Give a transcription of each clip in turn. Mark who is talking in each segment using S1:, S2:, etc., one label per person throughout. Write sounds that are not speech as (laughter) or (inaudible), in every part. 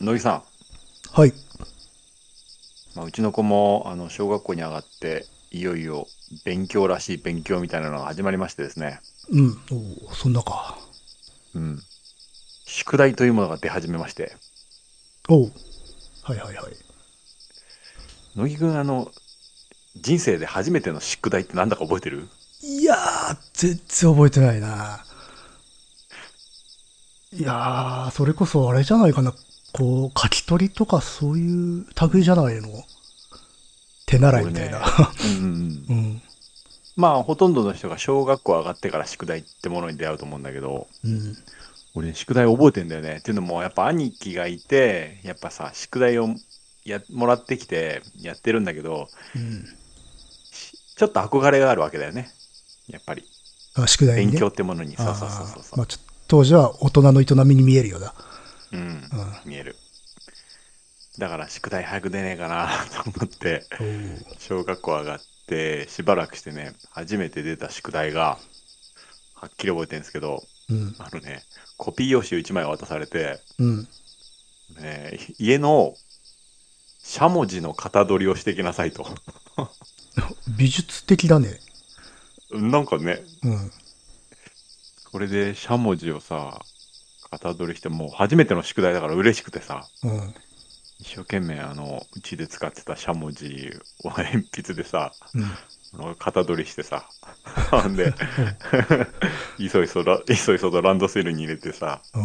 S1: のりさ
S2: はい。
S1: ん、まあ、うちの子もあの小学校に上がっていよいよ勉強らしい勉強みたいなのが始まりましてですね、
S2: うん。おーそんなか。
S1: うん、宿題というものが出始めまして
S2: おうはいはいはい。
S1: 乃木くんあの人生で初めての宿題ってなんだか覚えてる
S2: いやー、全然覚えてないな。いやー、それこそあれじゃないかな。こう、書き取りとかそういう類じゃないの。手習いみたいな。
S1: うんうんうん
S2: うん。
S1: まあほとんどの人が小学校上がってから宿題ってものに出会うと思うんだけど
S2: (laughs) うん。
S1: 俺ね宿題覚えてんだよねっていうのもやっぱ兄貴がいてやっぱさ宿題をやもらってきてやってるんだけど
S2: うん。
S1: ちょっと憧れがあるわけだよねやっぱり
S2: あ宿題
S1: 勉
S2: にね。
S1: 強ってものに、そうそうそう
S2: あ
S1: そう
S2: ー
S1: そ
S2: まあちょ当時は大人の営みに見えるような。
S1: う、うん、
S2: あ
S1: 見えるだから宿題早く出ねえかな (laughs) と思って
S2: おう
S1: 小学校上がってしばらくしてね初めて出た宿題がはっきり覚えてるんですけど
S2: うん。
S1: あのねコピー用紙1枚渡されて、
S2: うん。
S1: ね、家のしゃもじの型取りをしてきなさいと (laughs)
S2: 美術的だね。
S1: なんかね
S2: うん。
S1: これでしゃもじをさ型取りしてもう初めての宿題だから嬉しくてさ
S2: うん。
S1: 一生懸命あのうちで使ってたしゃもじを鉛筆でさ
S2: うん。
S1: あの型取りしてさ (laughs) ほんでいそいそらいそいそとランドセルに入れてさ
S2: う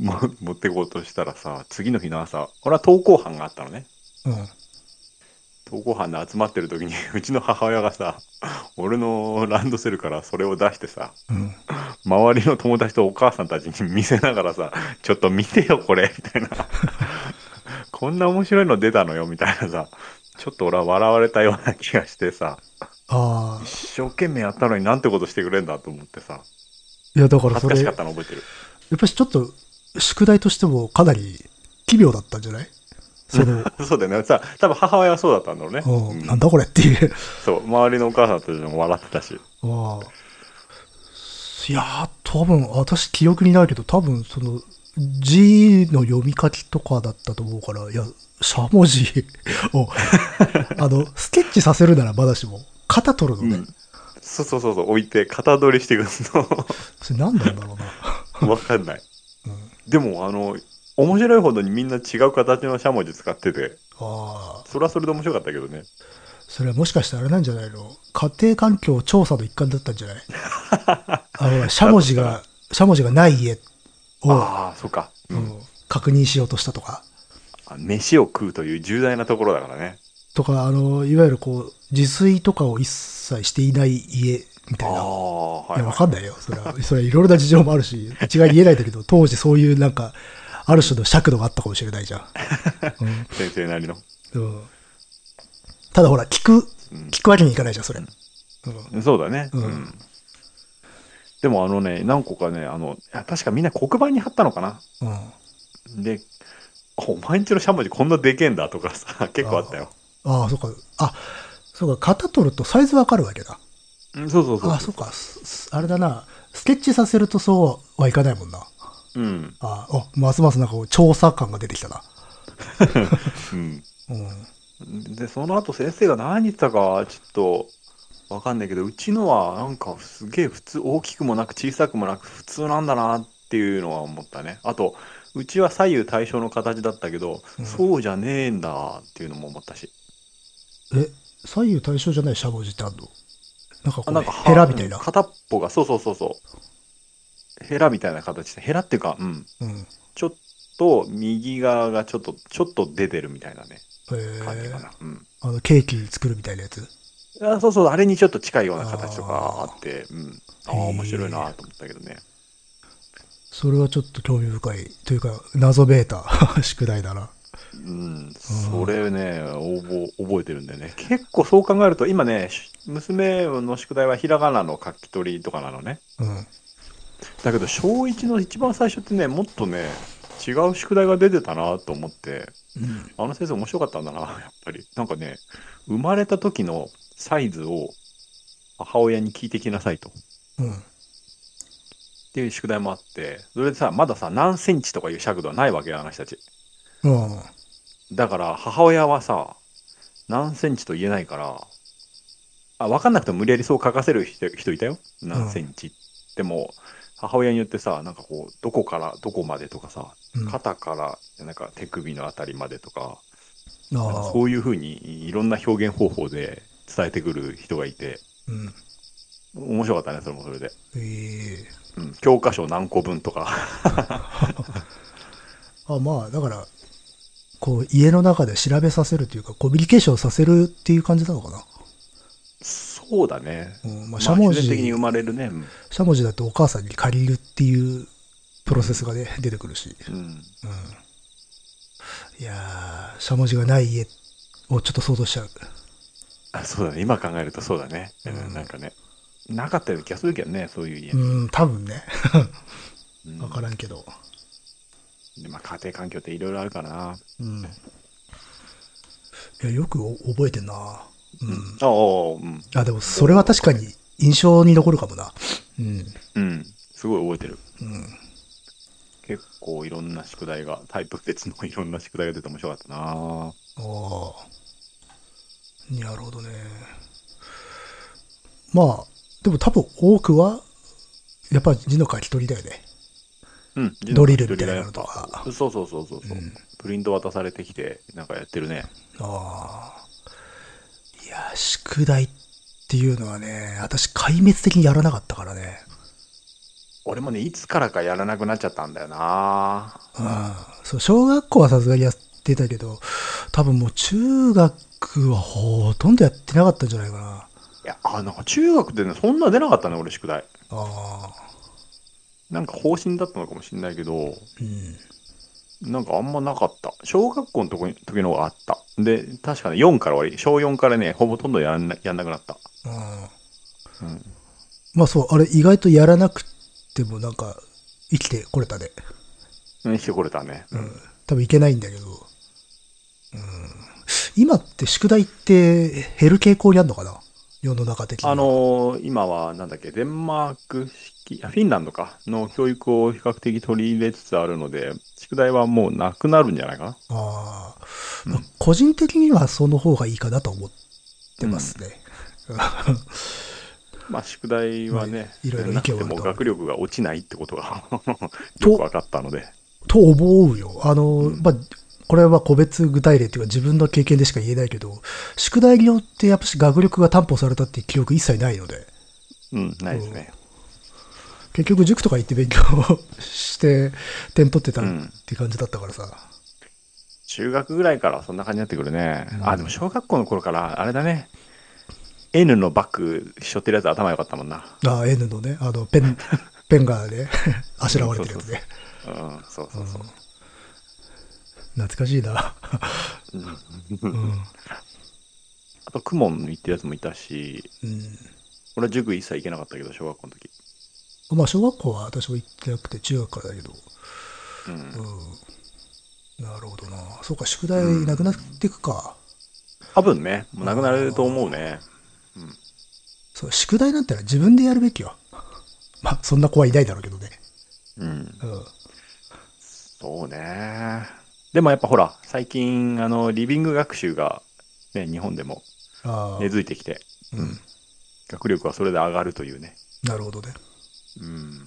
S2: ん。
S1: も持ってこうとしたらさ次の日の朝俺は登校班があったのね
S2: うん。
S1: 登校班で集まってる時にうちの母親がさ俺のランドセルからそれを出してさ
S2: うん。
S1: 周りの友達とお母さんたちに見せながらさ (laughs) 「ちょっと見てよこれ」みたいな (laughs) 「こんな面白いの出たのよ」みたいなさちょっと俺は笑われたような気がしてさ
S2: ああ。
S1: 一生懸命やったのになんてことしてくれんだと思ってさ
S2: いや、だから
S1: 恥ず
S2: そ
S1: か
S2: れ、
S1: し
S2: や
S1: かっ
S2: った
S1: の覚えてる
S2: ぱしちょっと、宿題としてもかなり奇妙だったんじゃない
S1: (laughs)
S2: その、
S1: そうだよねさ多分母親はそうだったんだろうね、
S2: う
S1: うん
S2: ん、なんだこれっ
S1: (laughs)
S2: ていう。
S1: そう周りのお母さんたちも笑ってたし
S2: ああいやー、多分、私記憶にないけど、多分、その、字の読み書きとかだったと思うから、いや、しゃもじ
S1: (laughs)
S2: を、あの、スケッチさせるならまだしも、肩取るのね。
S1: うんそうそうそうそう置いて型取りしていく
S2: それ何なんだろうな。
S1: の (laughs) わかんない
S2: うん、
S1: でもあの面白いほどにみんな違う形のしゃもじ使ってて
S2: ああ、
S1: それはそれで面白かったけどね
S2: それはもしかしてあれなんじゃないの家庭環境調査の一環だったんじゃない (laughs) あの、しゃもじが、しゃもじがない家を、
S1: ああそうか、う
S2: うんん、確認しようとしたとか、
S1: あ飯を食うという重大なところだからね
S2: とか、あの、いわゆるこう、自炊とかを一切していない家み
S1: あ
S2: たいな。
S1: あはいいは
S2: や、わ
S1: い
S2: かんないよ。それは、それはいろいろな事情もあるし、一概に言えないんだけど、当時そういうなんか、ある種の尺度があったかもしれないじ
S1: (laughs)
S2: ゃん。
S1: 先生なりの、
S2: うん。うん、ただほら、聞く、
S1: うん
S2: 聞くわけにいかないじゃん、それ。うん。
S1: そうだね。
S2: うん
S1: でもあのね、何個かね、あの、あ確かみんな黒板に貼ったのかな。
S2: うん。
S1: で、あお前んちのしゃもじこんなでけえんだとかさ、結構あったよ。
S2: ああ、そうか。あ、そうか。型取るとサイズわかるわけだ。
S1: うんそうそうそう。
S2: ああ、そうか。すすあれだな。スケッチさせるとそうはいかないもんな。
S1: うん。
S2: ああ、おますますなんかこう調査感が出てきたな。
S1: うん。
S2: うん。
S1: で、その後先生が何言ってたか、ちょっと、わかんないけど、うちのはなんかすげえ普通、大きくもなく小さくもなく普通なんだなっていうのは思ったね。あと、うちは左右対称の形だったけど、
S2: うん
S1: そうじゃねえんだっていうのも思ったし。
S2: え、左右対称じゃないしゃもじってあんのなんかこ
S1: あ
S2: う、
S1: なんかは
S2: ヘラみたいな。
S1: 片っぽが、そうそうそうそう。ヘラみたいな形で、ヘラっていうか、うん。
S2: うん。
S1: ちょっと右側がちょっと、ちょっと出てるみたいなね、
S2: え
S1: 感じか
S2: ー、
S1: な。うん。
S2: あの、ケーキ作るみたいなやつ。
S1: あそうそう、あれにちょっと近いような形とかあって、うん。ああ、
S2: へえ
S1: 面白いなと思ったけどね。
S2: それはちょっと興味深い。というか、謎めいた (laughs) 宿題だな。
S1: うん。それね、覚覚えてるんだよね。結構そう考えると、今ね、し娘の宿題はひらがなの書き取りとかなのね。
S2: うん。
S1: だけど、小1の一番最初ってね、もっとね、違う宿題が出てたなと思って、
S2: うん。
S1: あの先生面白かったんだな、や (laughs) っぱり。なんかね、生まれた時のサイズを母親に聞いてきなさいと。っ
S2: うん。
S1: ていう宿題もあって、それでさ、まださ、何センチとかいう尺度はないわけよ、あの人たち。
S2: うん。あ
S1: だから母親はさ何センチと言えないからあ分かんなくても無理やりそう書かせる人人いたよ何センチ、でも母親によってさなんかこうどこからどこまでとかさ、
S2: うん
S1: 肩からなんか手首のあたりまでとかなんか
S2: あ。
S1: そういうふうにいろんな表現方法で伝えてくる人がいて
S2: うん。
S1: 面白かったねそれもそれで、
S2: ええ
S1: うん、教科書何個分とか (laughs)
S2: あまあだからこう家の中で調べさせるというかコミュニケーションさせるっていう感じなのかな、
S1: そうだね、
S2: うんま
S1: ま
S2: あ、
S1: あ、
S2: しゃも
S1: 必
S2: じ、
S1: 然的に生まれるね、うん
S2: しゃもじだとお母さんに借りるっていうプロセスがね出てくるし、
S1: うん、
S2: うん、いやーしゃもじがない家をちょっと想像しちゃう
S1: あそうだね今考えるとそうだね、うん
S2: うん
S1: なんかねなかったような気がするけどねそういう家、
S2: うん多分ね
S1: うん
S2: 分からんけど、
S1: でまあ、家庭環境っていろいろあるからな、
S2: うん、いやよくお覚えてんなうん、
S1: ああうん
S2: あでもそれは確かに印象に残るかもなうん
S1: うんすごい覚えてる
S2: うん
S1: 結構いろんな宿題がタイプ別のいろんな宿題が出て面白かったな
S2: ああ。なるほどね。まあ、でも多分多くは、やっぱ字の書き取りだよね。
S1: うん
S2: ドリルみたいなのとか
S1: そうそうそうそうそう、
S2: うん
S1: プリント渡されてきてなんかやってるね
S2: ああ。いや、宿題っていうのはね、私壊滅的にやらなかったからね。
S1: 俺もねいつからかやらなくなっちゃったんだよな
S2: うん。そう、小学校はさすがにやってたけど、多分もう中学はほとんどやってなかったんじゃないかな。
S1: いやあなんか中学でねそんな出なかったね俺宿題
S2: ああ。
S1: なんか方針だったのかもしれないけど
S2: うん。
S1: なんかあんまなかった。小学校のとこに時の方があった。で、確かね、4から終わり。小4からね、ほぼとんどやんなやんなくなった。
S2: うん。
S1: うん、
S2: まあそう、あれ意外とやらなくてもなんか生きてこれたね。
S1: うん。してこれたね。
S2: うん。多分いけないんだけど。うん。今って宿題って減る傾向にあるのかな世の中的に。
S1: あ、のー今は、なんだっけ、デンマーク式、あフィンランドか、の教育を比較的取り入れつつあるので、宿題はもうなくなるんじゃないかな。
S2: ああ、
S1: うん
S2: まあ個人的にはその方がいいかなと思ってますね。
S1: まあ、宿題はね、
S2: まあいろいろ
S1: なくて
S2: 意見はある
S1: も
S2: と
S1: 学力が落ちないってことが (laughs)
S2: と
S1: よく分かったので。
S2: と思うよ。あの、
S1: うん
S2: まあ、これは個別具体例っていうか自分の経験でしか言えないけど、宿題によってやっぱし学力が担保されたっていう記憶一切ないので。
S1: うん、ないですね。
S2: 結局塾とか行って勉強をして点取ってたって感じだったからさ、
S1: 中学ぐらいからそんな感じになってくるね、
S2: うん
S1: あでも小学校の頃からあれだね N のバッグしょってるやつ頭良かったもんな
S2: あ N のねあの
S1: (laughs)
S2: ペンペンがね (laughs) あしらわれてるやつね
S1: うんそうそうそう、
S2: 懐かしいな、うんうん
S1: あとクモン行ってるやつもいたし俺は塾一切行けなかったけど小学校の時、
S2: まあ小学校は私も行ってなくて中学からだけど、
S1: うん
S2: うん、なるほどなそうか宿題なくなっていくか、
S1: 多分ねもうなくなると思うね
S2: そう宿題なんてのは自分でやるべきよ (laughs) まあそんな子はいないだろうけどね、
S1: うん
S2: うん、
S1: そうねでもやっぱほら最近あのリビング学習が、ね、日本でも
S2: ああ、
S1: 根付いてきて
S2: うん、
S1: 学力はそれで上がるというね
S2: なるほどね
S1: うん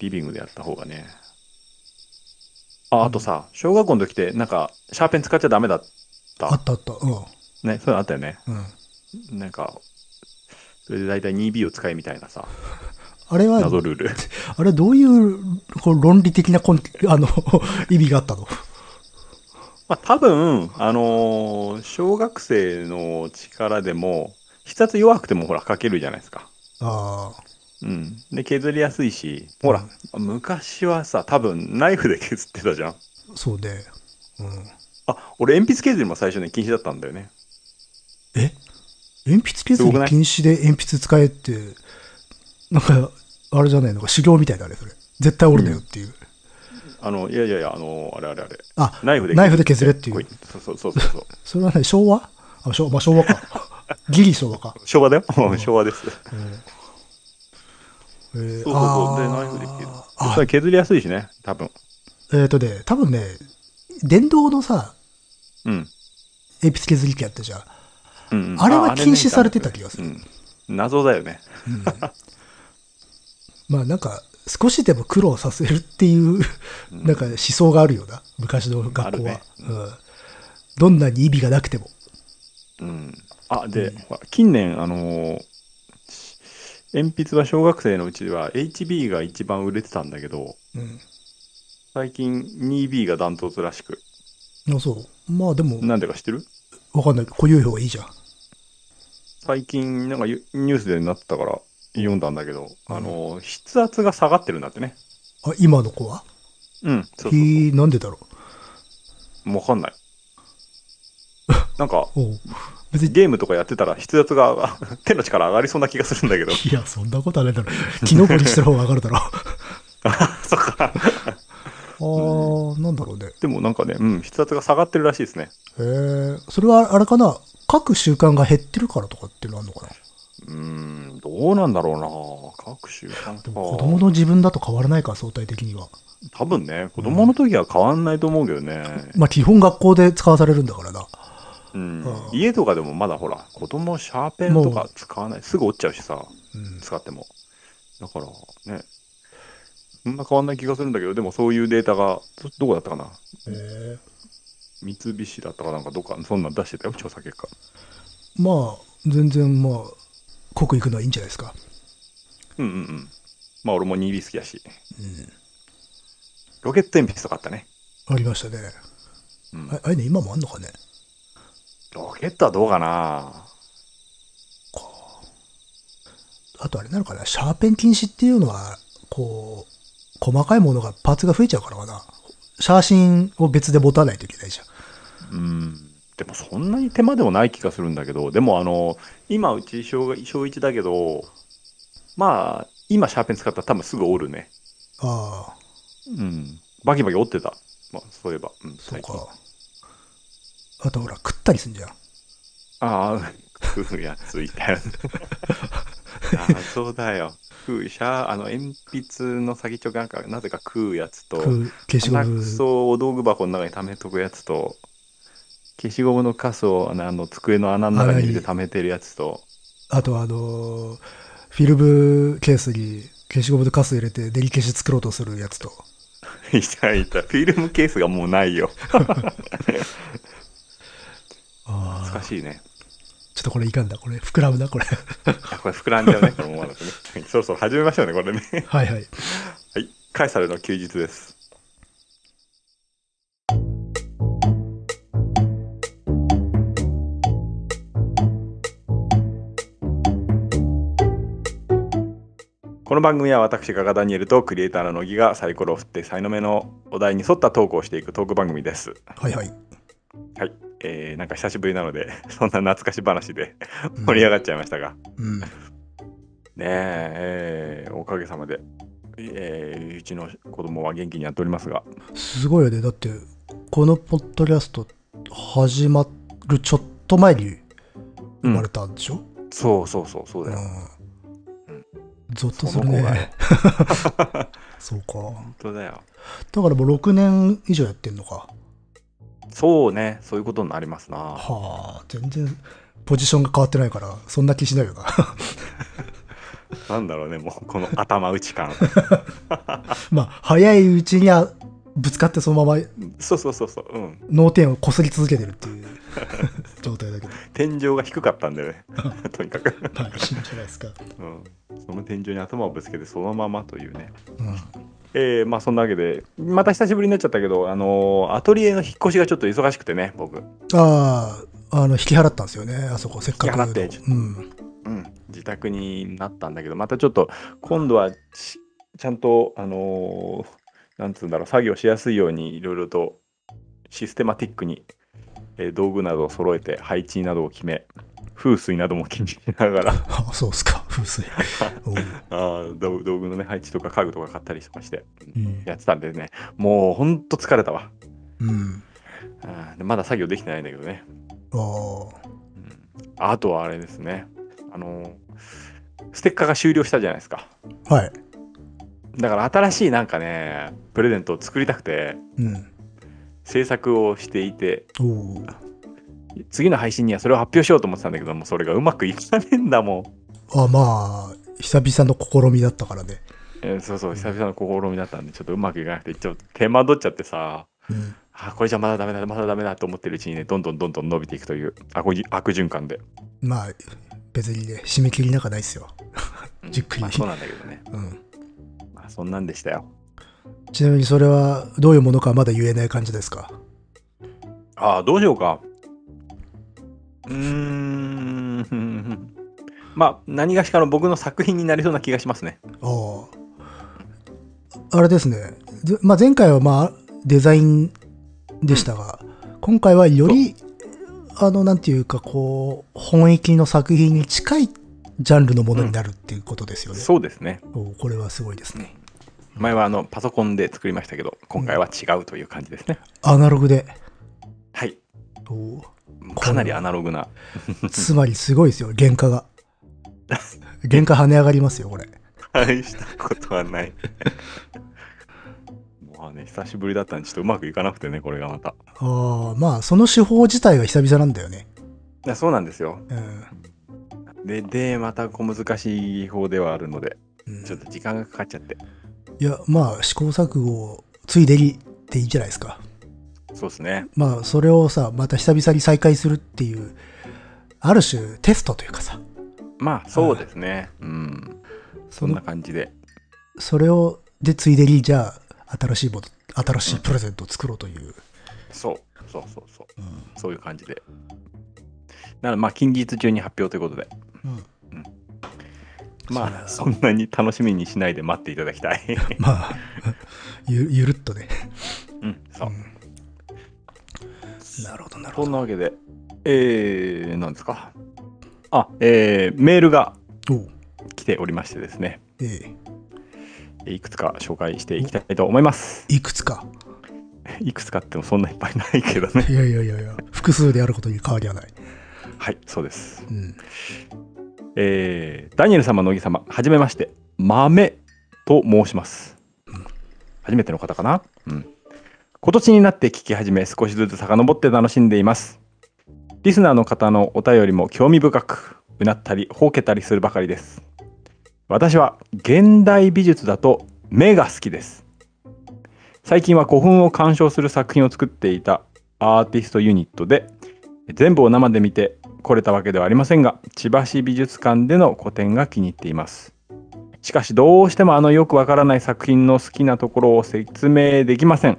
S1: リビングでやった方がね。あ、あとさ、小学校の時って、なんか、シャーペン使っちゃダメだった
S2: あっ。たあったう
S1: ね、そういうのあったよね。
S2: んうん
S1: なんか、それで大体 2B を使えみたいなさ、
S2: あれは
S1: 謎ルール。
S2: あれ、どういう、こう論理的なコンあの、 (laughs) 意味があったの
S1: まあ、多分、あのー小学生の力でも、筆圧弱くてもほら、書けるじゃないですか。
S2: ああ、
S1: うん。で、削りやすいし、ほら、昔はさ、多分、ナイフで削ってたじゃん。
S2: そうね。うん。
S1: あ、俺、鉛筆削りも最初ね、禁止だったんだよね。
S2: え鉛筆
S1: す
S2: 削
S1: ご
S2: り
S1: くない
S2: 禁止で鉛筆使えって、なんか、あれじゃないのか、修行みたいだね、それ。絶対折るなよっていう。
S1: あの、いやいやいや、あの、あれあれあれ。
S2: あ、
S1: ナイフで
S2: ナイフで削れってい。
S1: こいうそうそうそうそう。
S2: それはね、昭和あ昭まあ、昭
S1: (laughs)
S2: 和か。ギリ昭和か。
S1: 昭和
S2: (laughs)
S1: だよ。昭和です。
S2: うんえー
S1: そうそうそう。で、
S2: あ
S1: ナイ
S2: ー
S1: フで切る。
S2: あ
S1: それ削りやすいしね、多分。
S2: えっ、とね、多分ね、電動のさ、
S1: うん。
S2: 鉛筆削り器あったじゃん。
S1: うんうん
S2: あれは禁止されてた気がする。
S1: うん謎だよね。
S2: まあなんか、少しでも苦労させるっていう、なんか思想があるよな、昔の学校
S1: あ
S2: は。
S1: るね
S2: うん、どんなに意味がなくても。
S1: うん。あ、で、ほら近年、あのー鉛筆は小学生のうちは HB が一番売れてたんだけど、
S2: うん。
S1: 最近 2B がダントツらしく。
S2: あそう。まあでも、
S1: なんでか知ってる
S2: わかんない。固有表がいいじゃん。
S1: 最近、なんかゆニュースでなってたから読んだんだけど、あのー筆圧が下がってるんだってね。
S2: あ、今の子は
S1: うん、そうそうそう
S2: へえ、なんでだろ
S1: わかんない。なんか、
S2: う。おう別に、
S1: ゲームとかやってたら筆圧が (laughs) 手の力上がりそうな気がするんだけど。
S2: いや、そんなことはないだろ。キノコにしてる方が上がるだろ。
S1: (laughs) そっか。
S2: ああ、なんだろうね。
S1: でもなんかね、うん、筆圧が下がってるらしいですね。
S2: へえ、それはあれかな書く習慣が減ってるからとかっていうのあるのかな
S1: うーん、どうなんだろうな各種感
S2: でも子供の自分だと変わらないか、相対的には。
S1: 多分ね、子供の時は変わんないと思うけどね。
S2: まあ基本学校で使わされるんだからな。
S1: うん
S2: ああ。
S1: 家とかでもまだほら、子供シャーペンとか使わない。すぐ折っちゃうしさ、
S2: うん。
S1: 使っても。だから、ね。そんな変わんない気がするんだけど、でもそういうデータが、どどこだったかな
S2: へえ
S1: 三菱だったかなんかどっか、そんなん出してたよ、調査結果。
S2: まあ、全然まあ、濃くいくのはいいんじゃないですか。
S1: うんうんうん。まあ俺も 2B 好きだし。ロケット鉛筆とかあったね。
S2: ありましたね。
S1: うん
S2: あああいうの今もあんのかね
S1: ロケットはどうかな
S2: あとあれなのかなシャーペン禁止っていうのは、こう、細かいものが、パーツが増えちゃうからかな。写真を別で持たないといけないじゃん。
S1: うん。でもそんなに手間でもない気がするんだけど、でもあの、今うち小が小1だけど、まあ、今シャーペン使ったら多分すぐ折るね。
S2: ああ、
S1: うん。バキバキ折ってた。まあ、そういえば。うん、
S2: そ
S1: 最
S2: う
S1: 近。
S2: か。あとほら、食ったりすんじゃん。
S1: ああ、食うやついたよね。ああ、そうだよ。食う、シャー、あの、鉛筆の先っちょがなんか、なぜか食うやつと、
S2: 食う、消しゴ
S1: 鼻く
S2: ム。
S1: そをお道具箱の中に溜めとくやつと、消しゴムのカスをあのあの机の穴の中に入れて溜めてるやつと、
S2: あとあのーフィルムケースに消しゴムとカス入れてデリ消し作ろうとするやつと。
S1: いたいた。フィルムケースがもうないよ。
S2: あ
S1: 懐かしいね。
S2: ちょっとこれいかんだ。これ膨らむ
S1: (laughs)
S2: な、これ。
S1: あこれ膨らんじゃうね、このままだとね。 (laughs) そろそろ始めましょうね、これね。
S2: はいはい。
S1: はい。カイサルの休日です。この番組は私ガガダニエルとクリエイターの乃木がサイコロを振って才能目のお題に沿ったトークをしていくトーク番組です。
S2: はいはい。
S1: はい、えー、なんか久しぶりなので (laughs) そんな懐かし話で (laughs)
S2: うん
S1: 盛り上がっちゃいましたが、
S2: うん。
S1: ねええーおかげさまで、えー、うちの子供は元気にやっておりますが、
S2: すごいよね。だって、このポッドキャスト始まるちょっと前に
S1: う
S2: 生ま
S1: ん
S2: れ、たんでしょ、
S1: そうそうそうそう
S2: う
S1: だよ。
S2: ん
S1: うん。
S2: ゾッとす
S1: そ
S2: る
S1: の子がよ
S2: ね。 (laughs) そうか
S1: 本。当だよ。
S2: だからもう6年以上やってんのか。
S1: そうね、そういうことになりますな。
S2: はあ、全然ポジションが変わってないから、そんな気しないよな。
S1: なんだろうね、もうこの頭打ち
S2: (laughs)
S1: 感。
S2: まあ、早いうちにあぶつかってそのまま
S1: そうそうそうそう、うん。
S2: 脳天をこすり続けてるっていう状態だけど、
S1: 天井が低かったんだよね、 (laughs) とにかく、
S2: まあ、いいんじゃないですか。
S1: うん。その天井に頭をぶつけてそのままというね。
S2: うん、
S1: えー、まあそんなわけで、また久しぶりになっちゃったけど、あのーアトリエの引っ越しがちょっと忙しくてね、僕。
S2: ああ、あの、引き払ったんですよね、あそこ、せっかくの。
S1: 引き払ってちょ
S2: うん。
S1: うん、自宅になったんだけどまたちょっと今度はしちゃんとあのーなんつうんだろう作業しやすいようにいろいろとシステマティックに、えー道具などを揃えて配置などを決め風水なども気にしながら
S2: あそうっすか、風水。おう
S1: あー道道具のね配置とか家具とか買ったりとかして
S2: うん。
S1: やってたんでねもうほんと疲れたわ
S2: うん、
S1: あーでまだ作業できてないんだけどね
S2: ああ、
S1: うんあとはあれですねあのーステッカーが終了したじゃないですか
S2: はい。
S1: だから新しいなんかね、プレゼントを作りたくて、
S2: うん。
S1: 制作をしていて、
S2: おおー
S1: 次の配信にはそれを発表しようと思ってたんだけども、それがうまくいかねえんだもん。
S2: あまあ久々の試みだったからね、
S1: えーそうそう、久々の試みだったんで、ちょっとうまくいかなくて、ちょっと手間取っちゃってさ、
S2: うん、
S1: あ、これじゃまだダメだ、まだダメだと思ってるうちにね、どんどんどんどん伸びていくという悪悪循環で。
S2: まあ別にね締め切りなんかないっすよ、
S1: うん
S2: じっくり
S1: まあそうなんだけどね。
S2: うん、
S1: まあそんなんでしたよ。
S2: ちなみにそれはどういうものかまだ言えない感じですか
S1: ああ、どうしようか。うーん。まあ、何がしかの僕の作品になりそうな気がしますね。
S2: ああ。あれですね。ぜまあ、前回はまあデザインでしたが、今回はより、あの、なんていうか、こう、本域の作品に近いジャンルのものになるっていうことですよね。
S1: そうですね。
S2: おこれはすごいですね。
S1: 前はあのパソコンで作りましたけど、今回は違うという感じですね。
S2: アナログで。
S1: はい。 (laughs)
S2: お
S1: かなりアナログな。
S2: つまりすごいですよ、原価
S1: (laughs)
S2: が。原価跳ね上がりますよ、これ。
S1: 大したことは (laughs) ない。まあね、久しぶりだったんで、ちょっとうまくいかなくてね、これがまた。
S2: ああ、まあ、その手法自体が久々なんだよね。
S1: いやそうなんですよ。
S2: うん。
S1: で、で、また小難しい方ではあるので、
S2: うん
S1: ちょっと時間がかかっちゃって。
S2: いやまあ試行錯誤をついでにっていいじゃないですか
S1: そうですね。
S2: まあそれをさまた久々に再開するっていうある種テストというかさ
S1: まあ、そうですね。うん。そ
S2: そ
S1: んな
S2: の
S1: 感じで。
S2: それをでついでにじゃあ新しいもの新しいプレゼントを作ろうという、
S1: そう、そうそうそう。
S2: うん
S1: そういう感じで。なので、まあ、近日中に発表ということで。まあ、
S2: そ
S1: そんなに楽しみにしないで待っていただきたい。
S2: まあ (laughs) ゆゆるっとね、
S1: うん、そうう。
S2: んなるほどなるほ
S1: そん
S2: ど
S1: なわけで、えー、なんですか。あ、えー、メールが
S2: おう
S1: 来ておりましてですね、
S2: え
S1: いくつか紹介していきたいと思います。
S2: えいくつか
S1: いくつかってもそんないっぱいないけどね。
S2: いやいやいやいや複数であることに変わりはない、
S1: はい、そうです。
S2: うん、
S1: えー、ダニエル様、乃木様、はじめまして、豆と申します。初めての方かなうん。今年になって聞き始め、少しずつ遡って楽しんでいます。リスナーの方のお便りも興味深く、うなったり、ほうけたりするばかりです。私は現代美術だと目が好きです。最近は古墳を鑑賞する作品を作っていたアーティストユニットで、全部を生で見て来れたわけではありませんが千葉市美術館での個展が気に入っていますしかしどうしてもあのよくわからない作品の好きなところを説明できません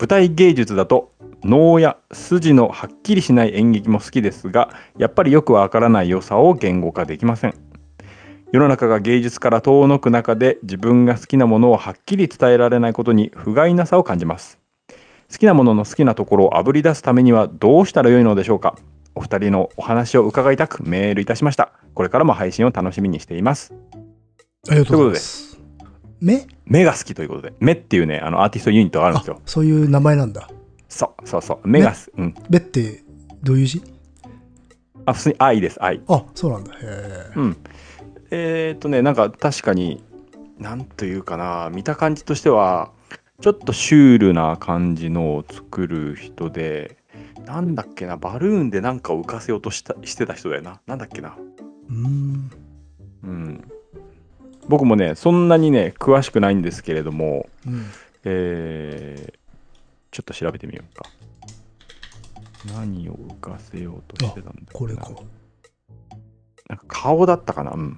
S1: 舞台芸術だと能や筋のはっきりしない演劇も好きですがやっぱりよくわからない良さを言語化できません世の中が芸術から遠のく中で自分が好きなものをはっきり伝えられないことに不甲斐なさを感じます好きなものの好きなところをあぶり出すためにはどうしたらよいのでしょうかお二人のお話を伺いたくメールいたしましたこれからも配信を楽しみにしています
S2: ありがとうございます目
S1: 目が好きということで目っていうねあのアーティストユニットがあるんです
S2: あ
S1: よ
S2: そういう名前なんだ
S1: そうそうそう目がす、うん
S2: 目ってどういう字
S1: あ普通に愛です愛
S2: あそうなんだへ
S1: うんえー、っとねなんか確かになんというかな見た感じとしてはちょっとシュールな感じのを作る人でなんだっけなバルーンでなんかを浮かせようとしたしてた人だよななんだっけな
S2: えうん
S1: うん、僕もねそんなにね詳しくないんですけれども、
S2: うん
S1: えーちょっと調べてみようか何を浮かせようとしてたんだっけな
S2: これか
S1: なんか顔だったかなうん、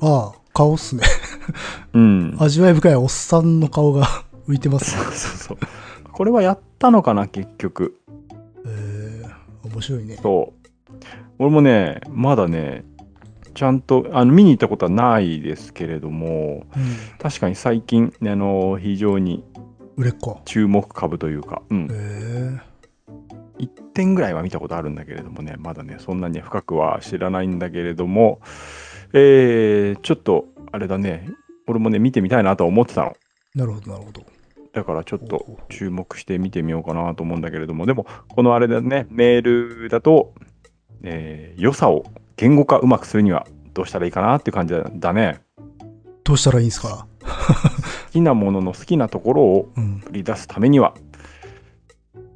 S2: ああ顔っすね (laughs)
S1: うん、
S2: 味わい深いおっさんの顔が (laughs) 浮いてます
S1: そうそうそうこれはやったのかな結局
S2: へえ面白いね
S1: そう俺もねまだねちゃんとあの見に行ったことはないですけれども
S2: うん
S1: 確かに最近、ね、あの非常に
S2: 売れっ子
S1: 注目株というか、うん
S2: へ、え
S1: 1点ぐらいは見たことあるんだけれどもねまだねそんなに深くは知らないんだけれどもえー、ちょっとあれだね俺もね見てみたいなとは思ってたの
S2: なるほどなるほど
S1: だからちょっと
S2: おう
S1: 注目して見てみようかなと思うんだけれどもでもこのあれだねメールだと、えー良さを言語化うまくするにはどうしたらいいかなっていう感じだね
S2: どうしたらいいんすか
S1: きなものの好きなところを
S2: うん。
S1: 取り出すためには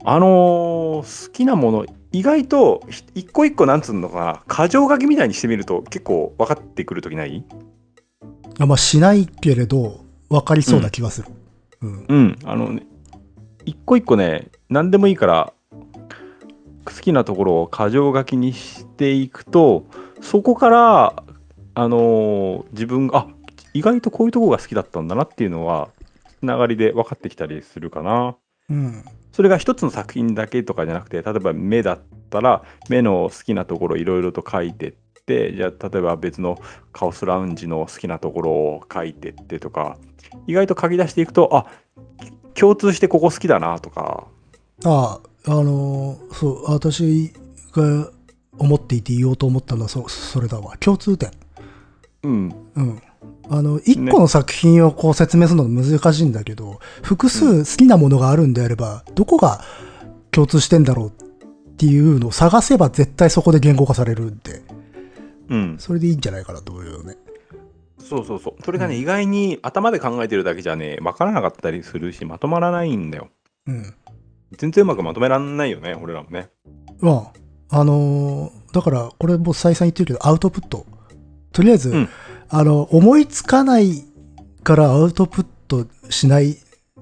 S1: あのー好きなもの意外とひ一個一個なんつうのかな過剰書きみたいにしてみると結構分かってくるときない
S2: あまあ、しないけれど、わかりそうな気がする。うん。
S1: うんあのね一個一個ね何でもいいから好きなところを過剰書きにしていくとそこからあのー自分があ意外とこういうとこが好きだったんだなっていうのはつながりで分かってきたりするかな。
S2: うん。
S1: それが一つの作品だけとかじゃなくて例えば目だったら目の好きなところいろいろと書いてってじゃあ例えば別のカオスラウンジの好きなところを書いてってとか意外と書き出していくとあ共通してここ好きだなとか
S2: ああ、あのーそう、私が思っていて言おうと思ったのはそ、それだわ。共通点。
S1: うん
S2: うん。あの、一個の作品をこう説明するの難しいんだけど、複数好きなものがあるんであれば、どこが共通してんだろうっていうのを探せば絶対そこで言語化されるんで、
S1: うん
S2: それでいいんじゃないかなと思うよね。
S1: そうそうそうそれがね、
S2: うん
S1: 意外に頭で考えてるだけじゃねわからなかったりするしまとまらないんだよ
S2: うん。
S1: 全然うまくまとめらんないよね俺らもね
S2: まあ、あのーだから、これもう再三言ってるけど、アウトプット。とりあえず、
S1: うん
S2: あの、思いつかないからアウトプットしない、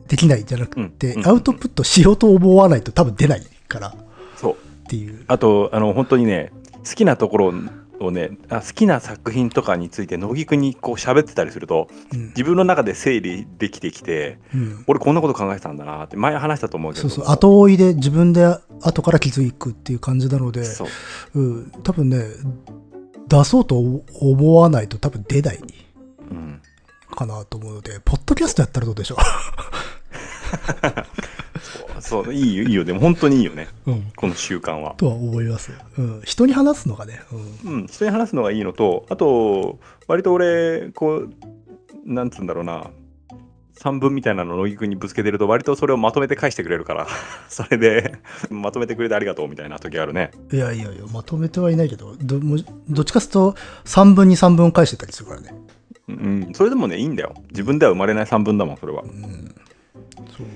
S2: できないじゃなくて、
S1: うんうん
S2: アウトプットしようと思わないと多分出ないからっ
S1: そう
S2: ていう。
S1: あとあの本当にね好きなところをねあ好きな作品とかについて乃木くんにこう喋ってたりすると
S2: うん
S1: 自分の中で整理できてきて
S2: うん
S1: 俺こんなこと考えてたんだなって前話したと思うけど
S2: そうそう、後追いで自分で後から気づくっていう感じなので、
S1: そう
S2: うん、多分ね、出そうと思わないと多分出ない
S1: うん、
S2: かなと思うので、ポッドキャストやったらどうでしょ
S1: そうそういいよいいよでも本当にいいよね
S2: う。うん、
S1: この習慣は。
S2: (laughs) とは思います。うん、人に話すのがね、うん、
S1: うん、人に話すのがいいのとあと割と俺こうなんつうんだろうな散文みたいなのを乃木くんにぶつけてると割とそれをまとめて返してくれるからそれでまとめてくれてありがとうみたいな時あるね。
S2: いやいやいや、まとめてはいないけど、どもどっちかすると3分に3分返してたりするからね。
S1: うん、それでもねいいんだよ自分では生まれない3分だもんそれは
S2: うん。そう。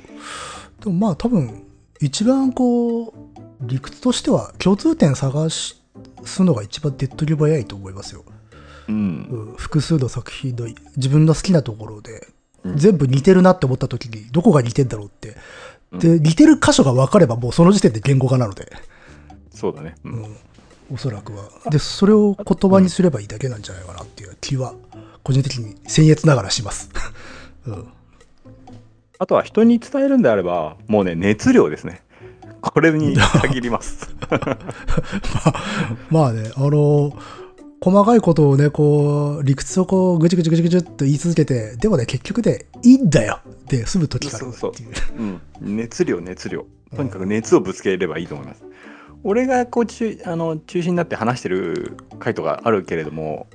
S2: でもまあ多分、一番こう、理屈としては共通点探し、すのが一番手っ取り早いと思いますよ。
S1: うん
S2: うん複数の作品の自分の好きなところで、
S1: うん
S2: 全部似てるなって思った時にどこが似てんだろうって、
S1: うん
S2: で似てる箇所が分かればもうその時点で言語化なので、
S1: そうだね、う
S2: うんん、おそらくはでそれを言葉にすればいいだけなんじゃないかなっていう気は個人的に僭越ながらします、 (laughs) うん、
S1: あとは人に伝えるんであればもうね熱量ですねこれに限ります
S2: (laughs) まあねあの細かいことをねこう理屈をこうぐちぐちぐちぐちっと言い続けてでもね結局でいいんだよで済む時があるっていう
S1: そうそうん熱量熱量とにかく熱をぶつければいいと思います、俺がこう中あの中心になって話してる回とかあるけれども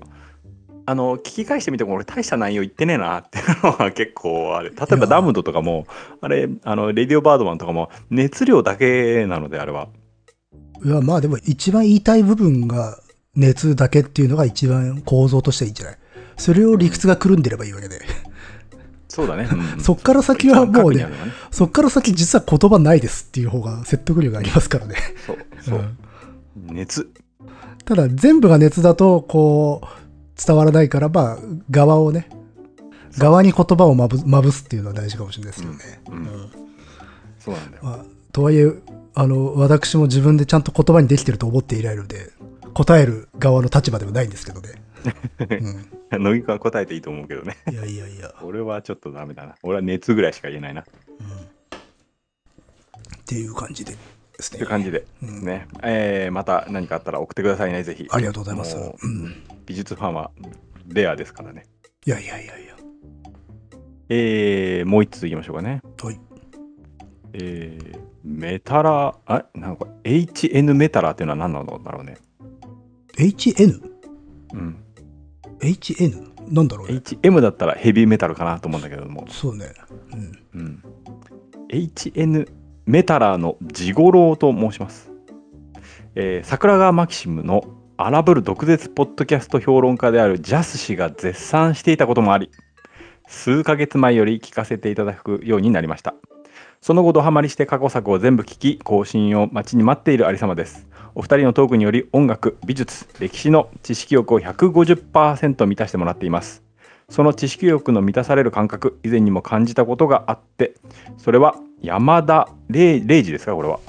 S1: あの聞き返してみても俺大した内容言ってねえなっていうのは結構あれ例え
S2: い
S1: ば
S2: や
S1: ダムドとかもあれあのレディオバードマンとかも熱量だけなのであれば
S2: いや、まあでも一番言いたい部分が熱だけっていうのが一番構造としてはいいんじゃないそれを理屈がくるんでればいいわけで。
S1: そうだね、
S2: そっから先はもう
S1: 一番核
S2: ね
S1: にあるのはね
S2: そっから先実は言葉ないですっていう方が説得力がありますからね。
S1: そうそう、
S2: うん
S1: 熱
S2: ただ全部が熱だとこう伝わらないから、まあ側をね、側に言葉をまぶまぶすっていうのは大事かもしれないですよね。
S1: うんうんそうなんだよ
S2: まあ、とはいえ、あの、私も自分でちゃんと言葉にできてると思っていないので、答える側の立場ではないんですけ
S1: (laughs)
S2: どね。うん
S1: 乃木くんは答えていいと思うけどね
S2: いやいやいや。
S1: 俺はちょっとダメだな俺は熱ぐらいしか言えないなっ
S2: っていう感じでです
S1: て
S2: ね。
S1: 感じで、
S2: うん
S1: ね、えーまた何かあったら送ってくださいねぜひ
S2: ありがとうございます。う
S1: も
S2: ん、
S1: 美術ファンはレアですからね
S2: いやいやいやいや。
S1: えーもう一ついきましょうかね
S2: はい。
S1: えーメタラあなんか HN メタラっていうのは何なんだろうね
S2: HN?HN?
S1: うん
S2: HN? なんだろうね。
S1: HM だったらヘビーメタルかなと思うんだけども
S2: そうね。うん。
S1: うん HN メタラーのジゴロウと申します、えー桜川マキシムの荒ぶる毒舌ポッドキャスト評論家であるジャス氏が絶賛していたこともあり数ヶ月前より聞かせていただくようになりましたその後ドハマりして過去作を全部聞き更新を待ちに待っている有様ですお二人のトークにより音楽美術歴史の知識欲を150%満たしてもらっていますその知識欲の満たされる感覚以前にも感じたことがあってそれは山田礼礼二ですかこれは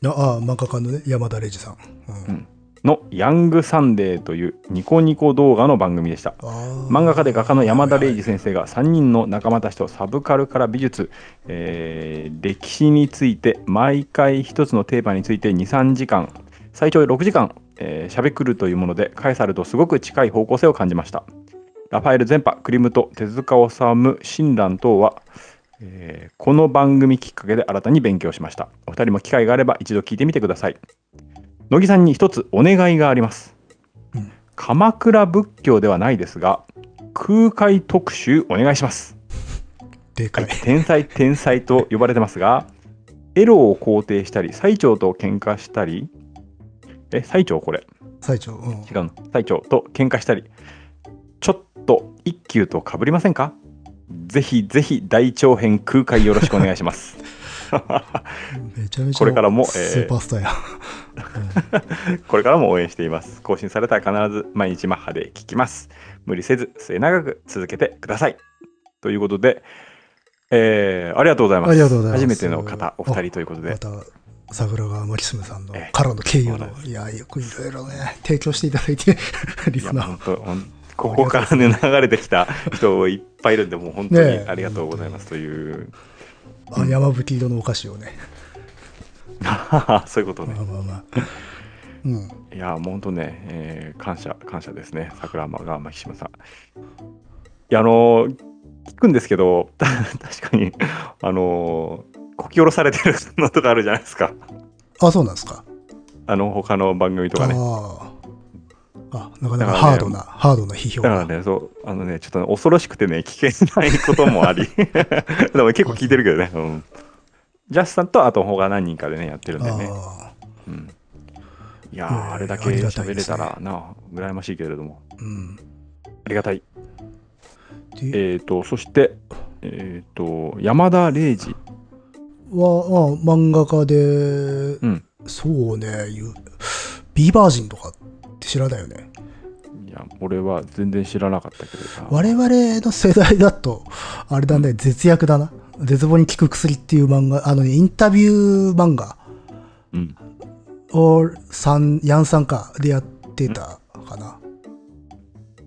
S2: なああ、漫画家のね、山田礼二さん。うん
S1: うんの「ヤングサンデー」というニコニコ動画の番組でした
S2: あー
S1: 漫画家で画家の山田礼二先生が3人の仲間たちとサブカルから美術、えー歴史について毎回一つのテーマについて23時間最長6時間えーしゃべくるというものでカエサルとすごく近い方向性を感じましたラファエル全波クリムト手塚治虫親鸞等は、えーこの番組きっかけで新たに勉強しましたお二人も機会があれば一度聞いてみてください乃木さんに一つお願いがあります、
S2: うん
S1: 鎌倉仏教ではないですが空海特集お願いします、
S2: でかい。
S1: 天才天才と呼ばれてますがエロを肯定したり最長と喧嘩したりえ最長これ
S2: 最長。うん
S1: 違うの最長と喧嘩したりちょっと一休と被りませんかぜひぜひ大長編空海よろしくお願いします
S2: めちゃめちゃ
S1: これからもえー
S2: スーパースターや。
S1: これからも応援しています更新されたら必ず毎日マッハで聞きます無理せず末永く続けてくださいということでえーありがとうございます
S2: ありがとうございます
S1: 初めての方お二人ということ
S2: ま
S1: で
S2: た、桜川マキスムさんの
S1: ええ
S2: からの経由
S1: そう
S2: の
S1: なんで、
S2: いや、よくいろいろね、提供していただいて、リ
S1: い
S2: ス
S1: や
S2: ナ
S1: 本当
S2: ー。
S1: ほんここからね流れてきた人いっぱいいるんでもう本当
S2: ね
S1: に
S2: え
S1: ありがとうございますと
S2: (laughs)
S1: いう、
S2: あ山吹色のお菓子をね、
S1: そういうことね
S2: まあまあまあ。うん。
S1: いやーもうほんとね、えー感謝感謝ですね桜間が牧島さん。いやあのー聞くんですけど (laughs) た確かにあのーこき下ろされてるのとかあるじゃないですか
S2: あ、そうなんですか。
S1: あの他の番組とかね。
S2: ああ。あ、なかな
S1: だから
S2: か
S1: ね
S2: ハードな、ハードな批評
S1: だから
S2: が。
S1: ねそうあのねちょっとね恐ろしくてね聞けないこともあり (laughs) でも結構聞いてるけどね、うん、ジャスさんとあと他何人かでねやってるんでね。
S2: ああ。
S1: うん、いや
S2: いやい
S1: ー
S2: や
S1: あれだけ
S2: ありがたい
S1: 喋
S2: で
S1: れ
S2: すね
S1: たらな羨ましいけれども
S2: うん。
S1: ありがたい。
S2: で、
S1: えー、とそして、えー、と山田礼二
S2: は、あ、漫画家で、
S1: うん
S2: そうね、ゆビーバージンとかって知らないよね。
S1: いや俺は全然知らなかったけどさ
S2: 我々の世代だと、あれだね、絶薬だな。絶望に効く薬っていう漫画、あのね、インタビュー漫画
S1: うん、
S2: を、さん、ヤンさんかでやってたかな。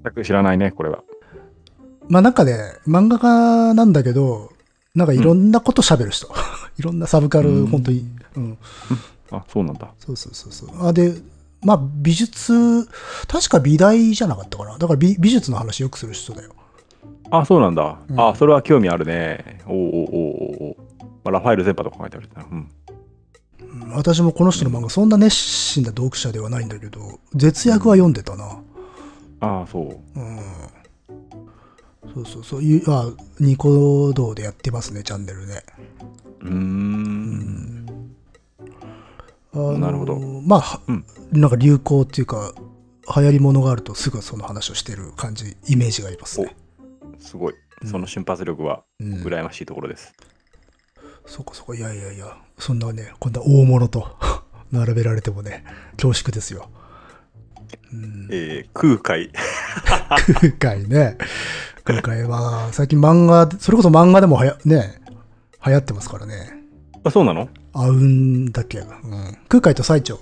S1: 全く知らないねこれは
S2: まあなんかね、漫画家なんだけど、なんかいろんなこと喋る人。 (laughs) いろんなサブカ
S1: う
S2: ル、
S1: ん
S2: 本当に。うん。
S1: あそうなんだ
S2: そうそうそうそう。あ、で、まあ美術、確か美大じゃなかったかな。だから美美術の話よくする人だよ。
S1: あそうなんだ、
S2: うん
S1: あそれは興味あるねおうおうおうおうおう、まあ、ラファエル全般とか書いてあるな、うん、
S2: うん私もこの人の漫画、そんな熱心な読者ではないんだけど、絶薬は読んでたな。
S1: あそう
S2: うん。そうそうそう。いうあ、ニコ動でやってますね、チャンネルね。
S1: うーん
S2: あのー
S1: なるほど
S2: まあ、は
S1: うん
S2: なんか流行っていうか、流行りものがあるとすぐその話をしてる感じ、イメージがありますね。
S1: すごいその瞬発力は
S2: うん
S1: 羨ましいところです、
S2: そこそこ、いやいやいや、そんなね、こんな大物と並べられてもね、恐縮ですよ。うん、
S1: えー空海
S2: 空海ね。空海は、最近漫画で、それこそ漫画でもはや、ね、流行ってますからね。
S1: あそうなの
S2: あうんだっけ、うん、空海と最澄、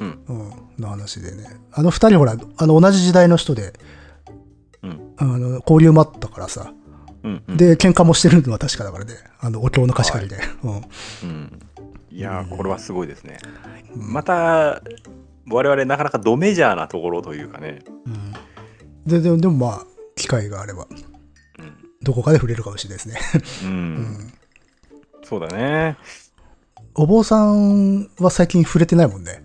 S1: うん
S2: うんの話でねあの二人ほらあの同じ時代の人で
S1: うん
S2: あの交流もあったからさ、
S1: うんうん、
S2: で喧嘩もしてるのは確かだからねあのお経の貸し借りで、
S1: うん、いやーこれはすごいですね
S2: うん
S1: また我々なかなかドメジャーなところというかね、
S2: うんうんでででもまあ機会があれば
S1: うん
S2: どこかで触れるかもしれないです
S1: う
S2: ね、
S1: ん
S2: うん、
S1: そうだね
S2: お坊さんは最近触れてないもんね、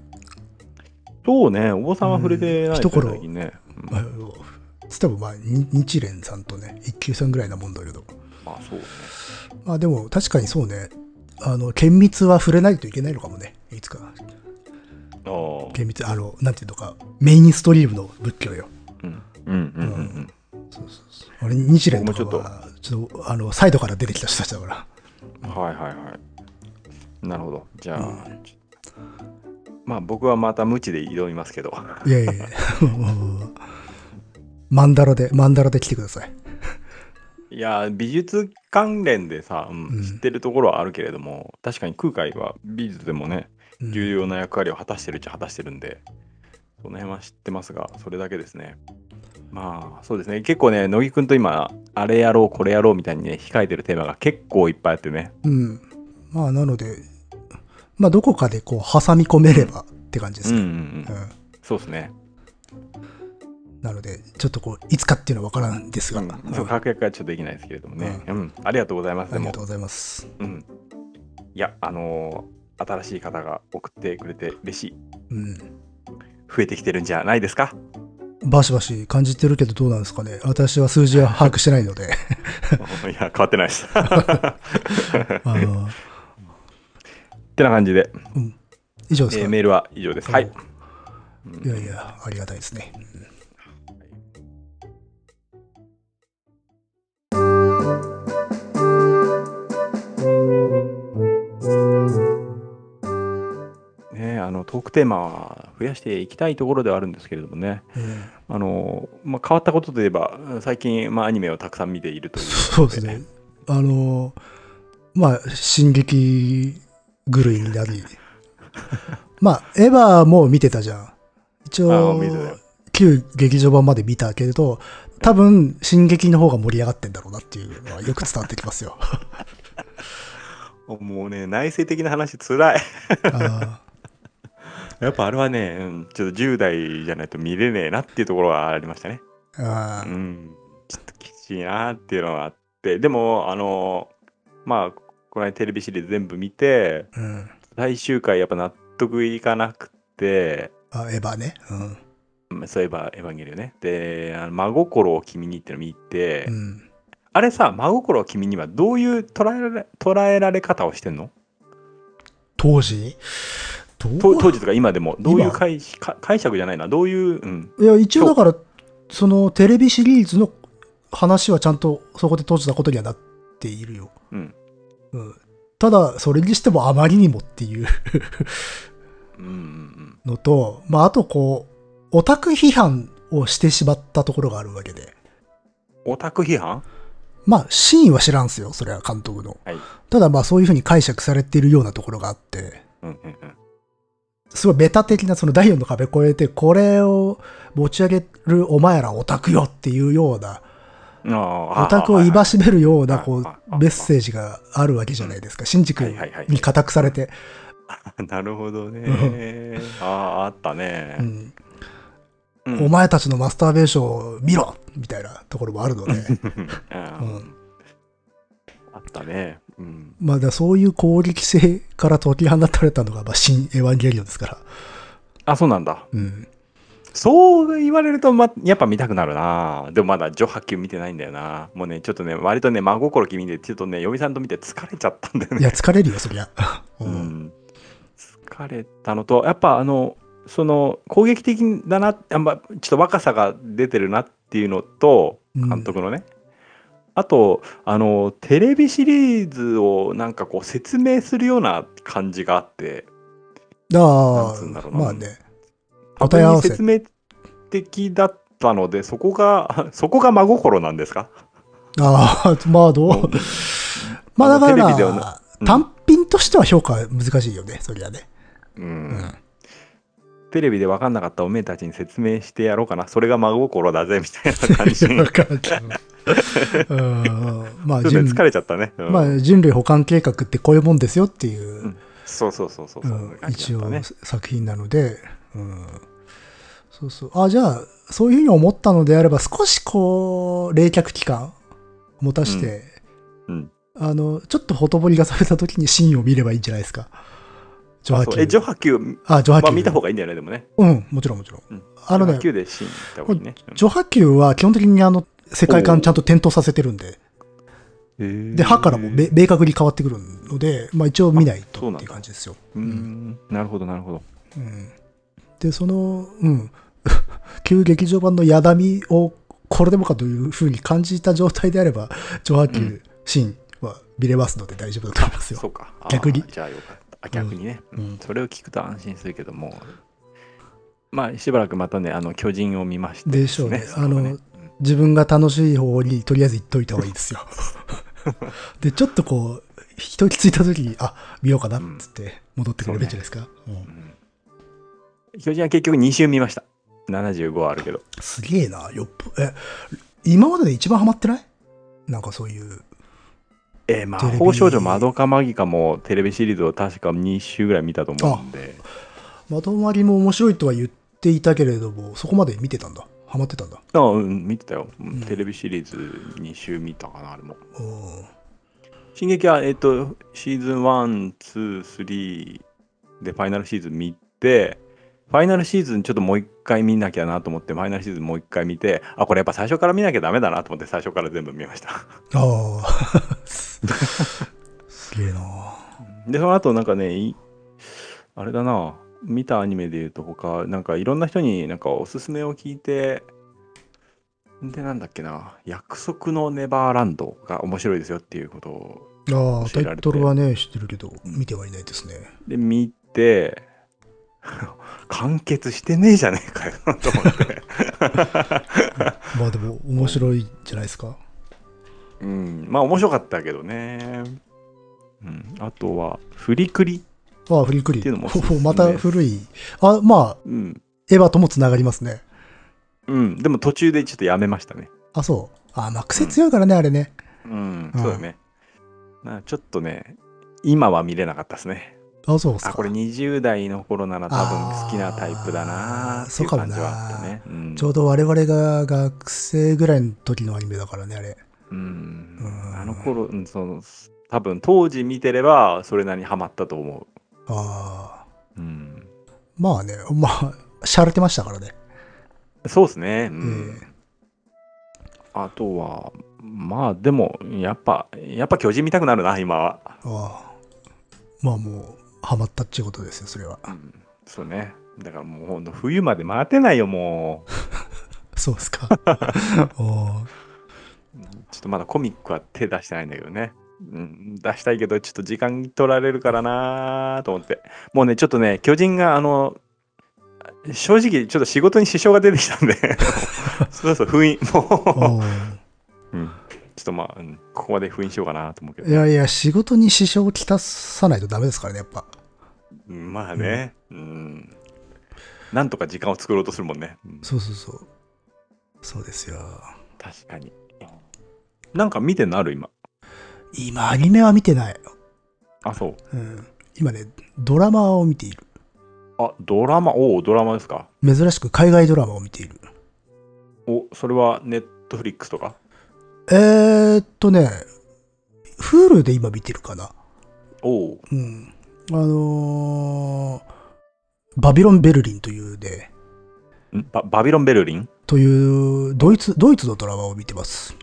S1: そうねお坊さんは触れてない
S2: うん一頃
S1: 最近ね、うん
S2: まあつってもまあに日蓮さんとね一休さんぐらいなもんだけど
S1: まあそうね
S2: まあでも確かにそうね。あの、厳密は触れないといけないのかもね。いつか。
S1: あー
S2: 厳密、あの、なんていうのか、メインストリームの仏教よ。
S1: うんうんうんうんうん
S2: そうそうそう俺、日蓮とか
S1: 僕も
S2: は、ちょっと、あの、サイドから出てきた人たちだから。
S1: はいはいはい。なるほど。じゃあ、まあ僕はまた無知で挑みますけど。 (laughs)
S2: いやいやいや、 (laughs) もうもうもうマンダラで、マンダラで来てください。
S1: いやー、美術関連でさ、うん
S2: うん
S1: 知ってるところはあるけれども、確かに空海は美術でもね、
S2: うん
S1: 重要な役割を果たしてるっちゃ果たしてるんで、その辺は知ってますが、それだけですね。まあ、そうですね。結構ね、乃木くんと今、あれやろう、これやろうみたいにね、控えてるテーマが結構いっぱいあってね。
S2: うん。まあ、なので、まあ、どこかでこう、挟み込めればって感じで
S1: うん
S2: す
S1: うん
S2: か。
S1: うん。そうですね。
S2: うんなので、ちょっとこう、いつかっていうのは分からんですが、
S1: うん
S2: うん
S1: そう
S2: あ
S1: 確約はちょっとできないですけれどもね。うん。ありがとうございます。で
S2: りが
S1: も
S2: とう、ございます。
S1: うん。いや、あのー新しい方が送ってくれて嬉しい。
S2: うん。
S1: 増えてきてるんじゃないですか。 (laughs)
S2: バシバシ感じてるけどどうなんですかね。私は数字は把握してない
S1: (laughs)
S2: ので。
S1: いや、変わってないです。 (laughs) っ
S2: あの
S1: てな感じで、
S2: うん、以上です
S1: えー
S2: か、
S1: メールは以上です。はい。
S2: いやいや、ありがたいですね。
S1: ね、あのトークテーマは増やしていきたいところではあるんですけれどもね、
S2: うん
S1: あのまあ、変わったことといえば、最近、まあ、アニメをたくさん見ているという
S2: そうですね。あの、まあ、進撃狂いにな
S1: (laughs)
S2: り、まあ、エヴァも見てたじゃん。一
S1: あ
S2: 応
S1: 見てたよ、
S2: 旧劇場版まで見たけれど、多分、進撃の方が盛り上がってんだろうなっていうのはよく伝わってきま
S1: (laughs)
S2: すよ。
S1: もうね、内省的な話、つらい。
S2: あ
S1: やっぱあれはね、うんちょっと10代じゃないと見れねえなっていうところはありましたね。
S2: ーあ
S1: う
S2: ー、
S1: ん、ちょっときついなっていうのがあって、でも、あのまあ、この間テレビシリーズ全部見て、
S2: うん。
S1: 最終回やっぱ納得いかなくて、
S2: あエヴァね。うん。
S1: うんそういえば「エヴァンゲリオンね」であの「真心を君に」っての見て、
S2: うん、
S1: あれさ「真心を君に」はどういう捉えられ捉えられ方をしてんの
S2: 当時どう
S1: と当時とか今でもどういう解しか解釈じゃないなどういう、うん、
S2: いや、一応だから、そのテレビシリーズの話はちゃんとそこで閉じたことにはなっているよ。
S1: うん
S2: うん、ただ、それにしてもあまりにもっていう
S1: うんうん
S2: のと、まあ、あとこう、オタク批判をしてしまったところがあるわけで。
S1: うんオタク批判
S2: まあ、真意は知らんすよ、それは監督の。
S1: はい
S2: ただ、まあ、そういうふうに解釈されているようなところがあって、
S1: うんうんうん
S2: すごいメタ的なその第4の壁越えて、これを持ち上げるお前らオタクよっていうような、
S1: オ
S2: オタクをいば
S1: し
S2: しめるようなこう
S1: ああああ
S2: メッセージがあるわけじゃないですか。新宿
S1: はいはいはい
S2: に固くされて。
S1: (laughs) なるほどねあああったね、
S2: うん
S1: うん
S2: お前たちのマスターベーションを見ろみたいなところもあるので。
S1: (laughs) あ
S2: う
S1: ー
S2: ん
S1: あったねうん
S2: まあ、だからそういう攻撃性から解き放たれたのが、まあ、新エヴァンゲリオンですから。
S1: あそうなんだ
S2: うん。
S1: そう言われると、ま、やっぱ見たくなるなでもまだ「ジョハキュー見てないんだよなもうねちょっとね割とね真心君見てちょっとね嫁さんと見て疲れちゃったんだよ
S2: い
S1: ね
S2: や、疲れるよ、そりゃ。う。
S1: うんん疲れたのとやっぱあのその攻撃的だなあんまちょっと若さが出てるなっていうのと
S2: うん
S1: 監督のね、あとあのテレビシリーズをなんかこう説明するような感じがあって
S2: だか
S1: なんつうんだろ
S2: ら、
S1: うな
S2: まあね。
S1: 本
S2: 答え合
S1: 当に
S2: わせ
S1: 説明的だったのでそこがそこが真心なんですか
S2: ああ、まあどう。まあだか
S1: テレビでは
S2: ら
S1: な、うん
S2: 単品としては評価は難しいよね、そりゃね。
S1: う
S2: うんん。
S1: テレビで分かんなかったおめえたちに説明してやろうかなそれが真心だぜみたいな感じ
S2: (laughs) わかるけどうんまあ
S1: ちょっと
S2: 人
S1: ね疲れちゃったね、うん
S2: まあ、人類補完計画ってこういうもんですよっていう、
S1: うんそうそうそうそうそう、
S2: うん
S1: 感じ
S2: 一
S1: だった
S2: 応
S1: ね
S2: 作品なので、うん、そうそうあじゃあそういうふうに思ったのであれば少しこう冷却期間持たして、
S1: うん
S2: あのちょっとほとぼりが冷めた時にシーンを見ればいいんじゃないですかジョハ
S1: そう
S2: キ
S1: えジョ
S2: ュ
S1: ハキュー
S2: あジョハキ
S1: ま
S2: ュ
S1: あ見た方がいいんだよねでもね、
S2: うんもちろんもちろん、
S1: うん
S2: あの
S1: ジョ
S2: ね
S1: ハキューでシーン行った方がいいね、うん
S2: ジョハキューは基本的にあの世界観ちゃんと点灯させてるんで
S1: へー
S2: で、歯からもめ明確に変わってくるので、まあ一応見ない
S1: あそうな
S2: と
S1: んだ
S2: っていう感じですよ。
S1: うーんなるほどなるほど
S2: (laughs) うんで、その、うん、旧劇場版のやだみをこれでもかというふうに感じた状態であれば、上半球シーンは見れますので大丈夫だと思いますよ。
S1: そうか。あー
S2: 逆に
S1: じゃあよかった。あ逆にね、
S2: うん
S1: うん
S2: うん
S1: それを聞くと安心するけども、まあ、しばらくまたね、あの、巨人を見まして
S2: でしょうね
S1: そこは
S2: あの自分が楽しい方にとりあえず行っといた方がいい (laughs) ですよ。で、ちょっとこう、一息ついた時に、あ、見ようかなっつって戻ってくれるんじゃないですか。うん
S1: うんうん巨人は結局2周見ました。75はあるけど。
S2: すげえな、よっぽ、え、今までで一番ハマってないなんかそういう、
S1: えー、魔
S2: テレビ
S1: 法少女まどかマギカもテレビシリーズを確か2週ぐらい見たと思うんで、
S2: まとまりも面白いとは言っていたけれども、そこまで見てたんだ。ハマってたんだ。
S1: あうん、見てたよ、うん
S2: うん
S1: テレビシリーズ2週見たかな、あれも。
S2: うん。
S1: 進撃は、えっ、と、シーズン1、2、3でファイナルシーズン見て、ファイナルシーズンちょっともう一回見なきゃなと思って、ファイナルシーズンもう一回見て、あ、これやっぱ最初から見なきゃダメだなと思って、最初から全部見ました。
S2: ああ。す (laughs) すげえな。
S1: で、その後なんかね、いあれだな、見たアニメで言うと他、なんかいろんな人になんかおすすめを聞いて、で、なんだっけな、約束のネバーランドが面白いですよっていうことを
S2: あ
S1: 教
S2: あ、タ
S1: えられて
S2: イトルはね、知ってるけど、見てはいないですね。
S1: で見て (laughs) 完結してねえじゃねえかよと思って
S2: まあでも、面白いんじゃないですか。
S1: うんまあ面白かったけどね、うん、あとは「フリクリ
S2: ああ、フリクリ。
S1: っていうのも
S2: また古い。あまあ、」
S1: うん
S2: エヴァともつながりますね。
S1: うんでも途中でちょっとやめましたね
S2: あ、そう。ああ、まあ、癖強いからね、あれね。
S1: うん
S2: うん
S1: そうだねなちょっとね今は見れなかったですね
S2: あそうっすか
S1: あこれ20代の頃なら多分好きなタイプだな
S2: あー
S1: っていう感じはあったねん
S2: ちょうど我々が学生ぐらいの時のアニメだからね、あれ。
S1: うん
S2: うん
S1: あの頃うんその多分当時見てればそれなりにハマったと思う
S2: ああ。
S1: うん、
S2: まあね、まあ、 (laughs) しゃれてましたからね。
S1: そうですね、うん
S2: ええ
S1: あとはまあでもやっぱやっぱ巨人見たくなるな今は、
S2: ああ。まあもう、ハマったっていうことですよ、それは。
S1: うん、そうねだからもうほんと冬まで待てないよも
S2: そうで
S1: (laughs)
S2: すか。あ
S1: うちょっとまだコミックは手出してないんだけどね、うん、出したいけどちょっと時間取られるからなと思ってもうねちょっとね巨人があの正直ちょっと仕事に支障が出てきたん (laughs) でそうそう (laughs) 封印
S2: あ
S1: も
S2: あ
S1: う、うん、ちょっとまあ、うんここまで封印しようかなと思うけど
S2: あ。いやいや、仕事に支障をきたさないとダメですからね、やっぱ。
S1: まあね、うん。なんとか時間を作ろうとするもんね。うん
S2: そうそうそう。そうですよ。
S1: 確かに。なんか見てんのある今。
S2: 今、アニメは見てない。
S1: あ、そう。
S2: うん。今ね、ドラマを見ている。
S1: あ、ドラマ、おお、ドラマですか。
S2: 珍しく海外ドラマを見ている。
S1: お、それはネットフリックスとか
S2: えー、っとね、Hulu で今見てるかな。
S1: おお。
S2: うん。あのーバビロン・ベルリンというね、
S1: んババビロン・ベルリン
S2: というドイツ、ドイツのドラマを見てます。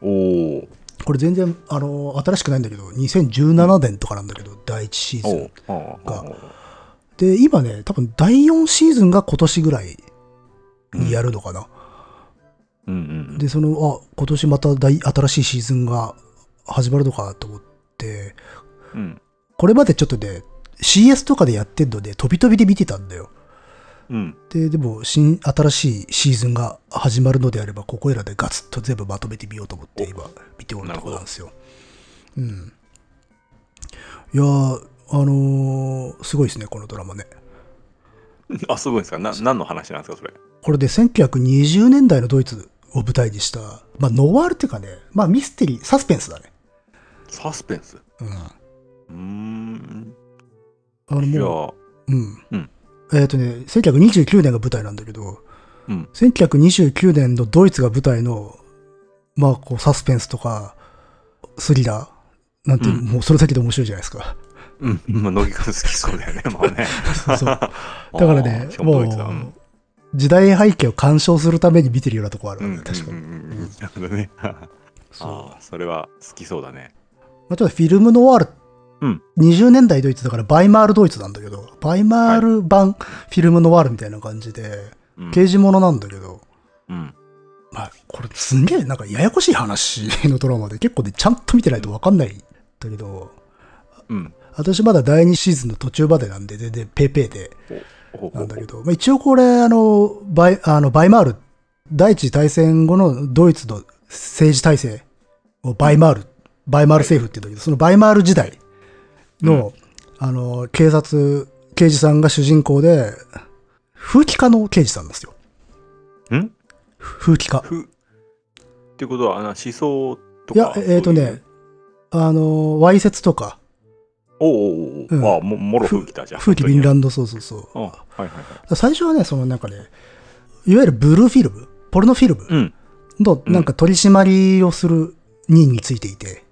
S1: おお。
S2: これ全然、あのー新しくないんだけど、2017年とかなんだけど、第1シー
S1: お
S2: ズ
S1: う
S2: ン。
S1: おうお
S2: が
S1: う
S2: で、今ね、多分第4シーズンが今年ぐらいにやるのかな。
S1: うんうん。
S2: で、その、あ、今年また大新しいシーズンが始まるのかと思って、
S1: うん。
S2: これまでちょっとね、CS とかでやってんので、飛び飛びで見てたんだよ。
S1: うん。
S2: で、でも、新、新しいシーズンが始まるのであれば、ここいらでガツッと全部まとめてみようと思って、今、見ておるところなんですよ。うん。いやー、あのーすごいですね、このドラマね。
S1: あ、すごいですか。な何の話なんですか、それ。
S2: これで1920年代のドイツを舞台にした、まあ、ノワールっていうかね、まあ、ミステリー、サスペンスだね。
S1: サスペンス。うー
S2: うん。
S1: ん。
S2: あの
S1: じゃ
S2: もう
S1: あ、
S2: うん。
S1: うん
S2: えっ、とね、1929年が舞台なんだけど、
S1: うん
S2: 1929年のドイツが舞台の、まあ、こう、サスペンスとか、スリラーなんて、
S1: うん
S2: もうそれだけで面白いじゃないです
S1: (laughs)
S2: か。
S1: うん。まあ、乃木くん好きそうだよね、まあね。
S2: そうそうだか
S1: だ
S2: らね、もう、時代背景を鑑賞するために見てるようなとこある、
S1: うん、
S2: 確
S1: う
S2: かに。
S1: んうんうんなるほど (laughs) ね。
S2: そう
S1: ああ、それは好きそうだね。
S2: まあ、ちょっとフィルムノワール、
S1: うん
S2: 20年代ドイツだからバイマールドイツなんだけど、バイマール版フィルムノワールみたいな感じで、
S1: うん。
S2: 刑事ものなんだけど、
S1: うん
S2: まあ、これすんげえなんかややこしい話のドラマで結構ね、ちゃんと見てないとわかんないんだけど、
S1: うん。
S2: 私まだ第2シーズンの途中までなんで、全然ペーペーで
S1: おお
S2: なんだけど、まあ、一応これ、あの、バイ、あの、バイマール、第一次大戦後のドイツの政治体制をバイマール、バイマール政府って言うんだけど、そのバイマール時代の、あの、警察、刑事さんが主人公で、風紀課の刑事さんなんですよ。
S1: ん
S2: 風紀課。
S1: ふってことはあの思想と
S2: いや
S1: か、
S2: えっ、と
S1: そうい
S2: ね
S1: う、
S2: あの、わいせつとか、
S1: おうおうおう、
S2: うん
S1: ああももろ風紀だじゃん
S2: 風紀ビン
S1: ン
S2: ランド、そうそうそう。
S1: うんはいはいはい
S2: 最初はね、そのなんかね、いわゆるブルーフィルム、ポルノフィルム
S1: うん
S2: のなんか取り締まりをする任についていて、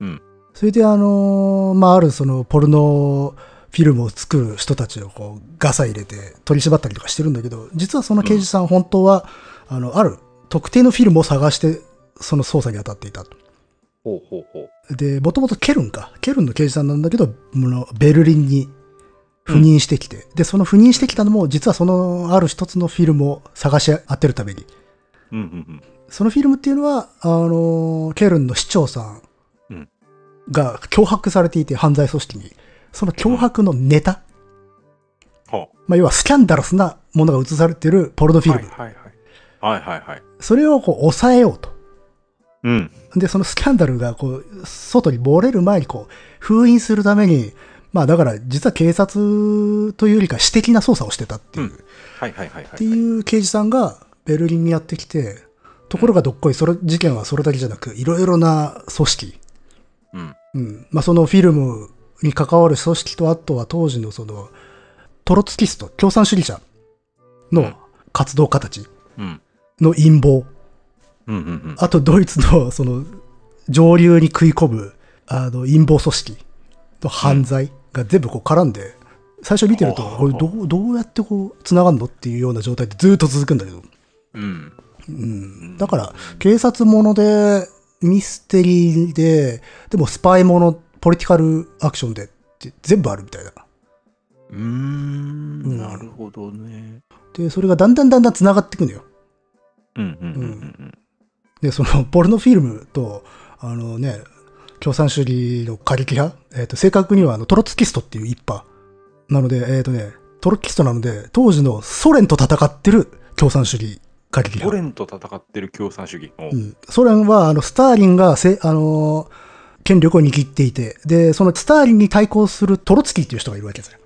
S1: うん
S2: それであのーまあ、あるそのポルノフィルムを作る人たちをこうガサ入れて取り締まったりとかしてるんだけど、実はその刑事さん本当は、あの、ある特定のフィルムを探して、その捜査に当たっていたと。
S1: ほうほうほう
S2: で、もともとケルンか。ケルンの刑事さんなんだけど、ものベルリンに赴任してきて、で、その赴任してきたのも、実はそのある一つのフィルムを探し当てるために。
S1: うんうん
S2: そのフィルムっていうのは、あのーケルンの市長さ
S1: うんん
S2: が脅迫されていて、犯罪組織に。その脅迫のネタ、
S1: うんは
S2: まあ、要はスキャンダラスなものが映されてるポルノフ
S1: あ
S2: ィル
S1: はい
S2: ム。
S1: はいはいはいはいはい
S2: それをこう抑えようと。
S1: うん
S2: で、そのスキャンダルが、こう、外に漏れる前に、こう、封印するために、まあ、だから、実は警察というよりか、私的な捜査をしてたっていう、
S1: うんはいはいはいはい
S2: っていう刑事さんが、ベルリンにやってきて、ところがどっこい、それ、事件はそれだけじゃなく、いろいろな組織、
S1: うん
S2: うん、まあ、そのフィルムに関わる組織と、あとは当時のその、トロツキスト、共産主義者の活動家たち
S1: うん
S2: の陰謀、
S1: うんうんうん
S2: あとドイツのその上流に食い込むあの陰謀組織の犯罪が全部こう絡んで、最初見てると、
S1: ああ
S2: これどうどうやってこう繋がるのっていうような状態でずっと続くんだけど、
S1: うん
S2: うん、だから警察ものでミステリーででもスパイものポリティカルアクションでって全部あるみたいな
S1: うーん
S2: ん
S1: なるほどね
S2: でそれがだんだんだんだん繋がっていくのよ
S1: うんうんうんうん
S2: でその (laughs) ポルノフィルムとあのね共産主義の過激派、えー、と正確にはあのトロツキストっていう一派なので、えーとね、トロツキストなので当時のソ連と戦ってる共産主義過激
S1: うんソ
S2: 派、
S1: 連と戦ってる共産主義おう
S2: うん、ソ連はあのスターリンがせ、あのー権力を握っていてでそのスターリンに対抗するトロツキーっていう人がいるわけですよ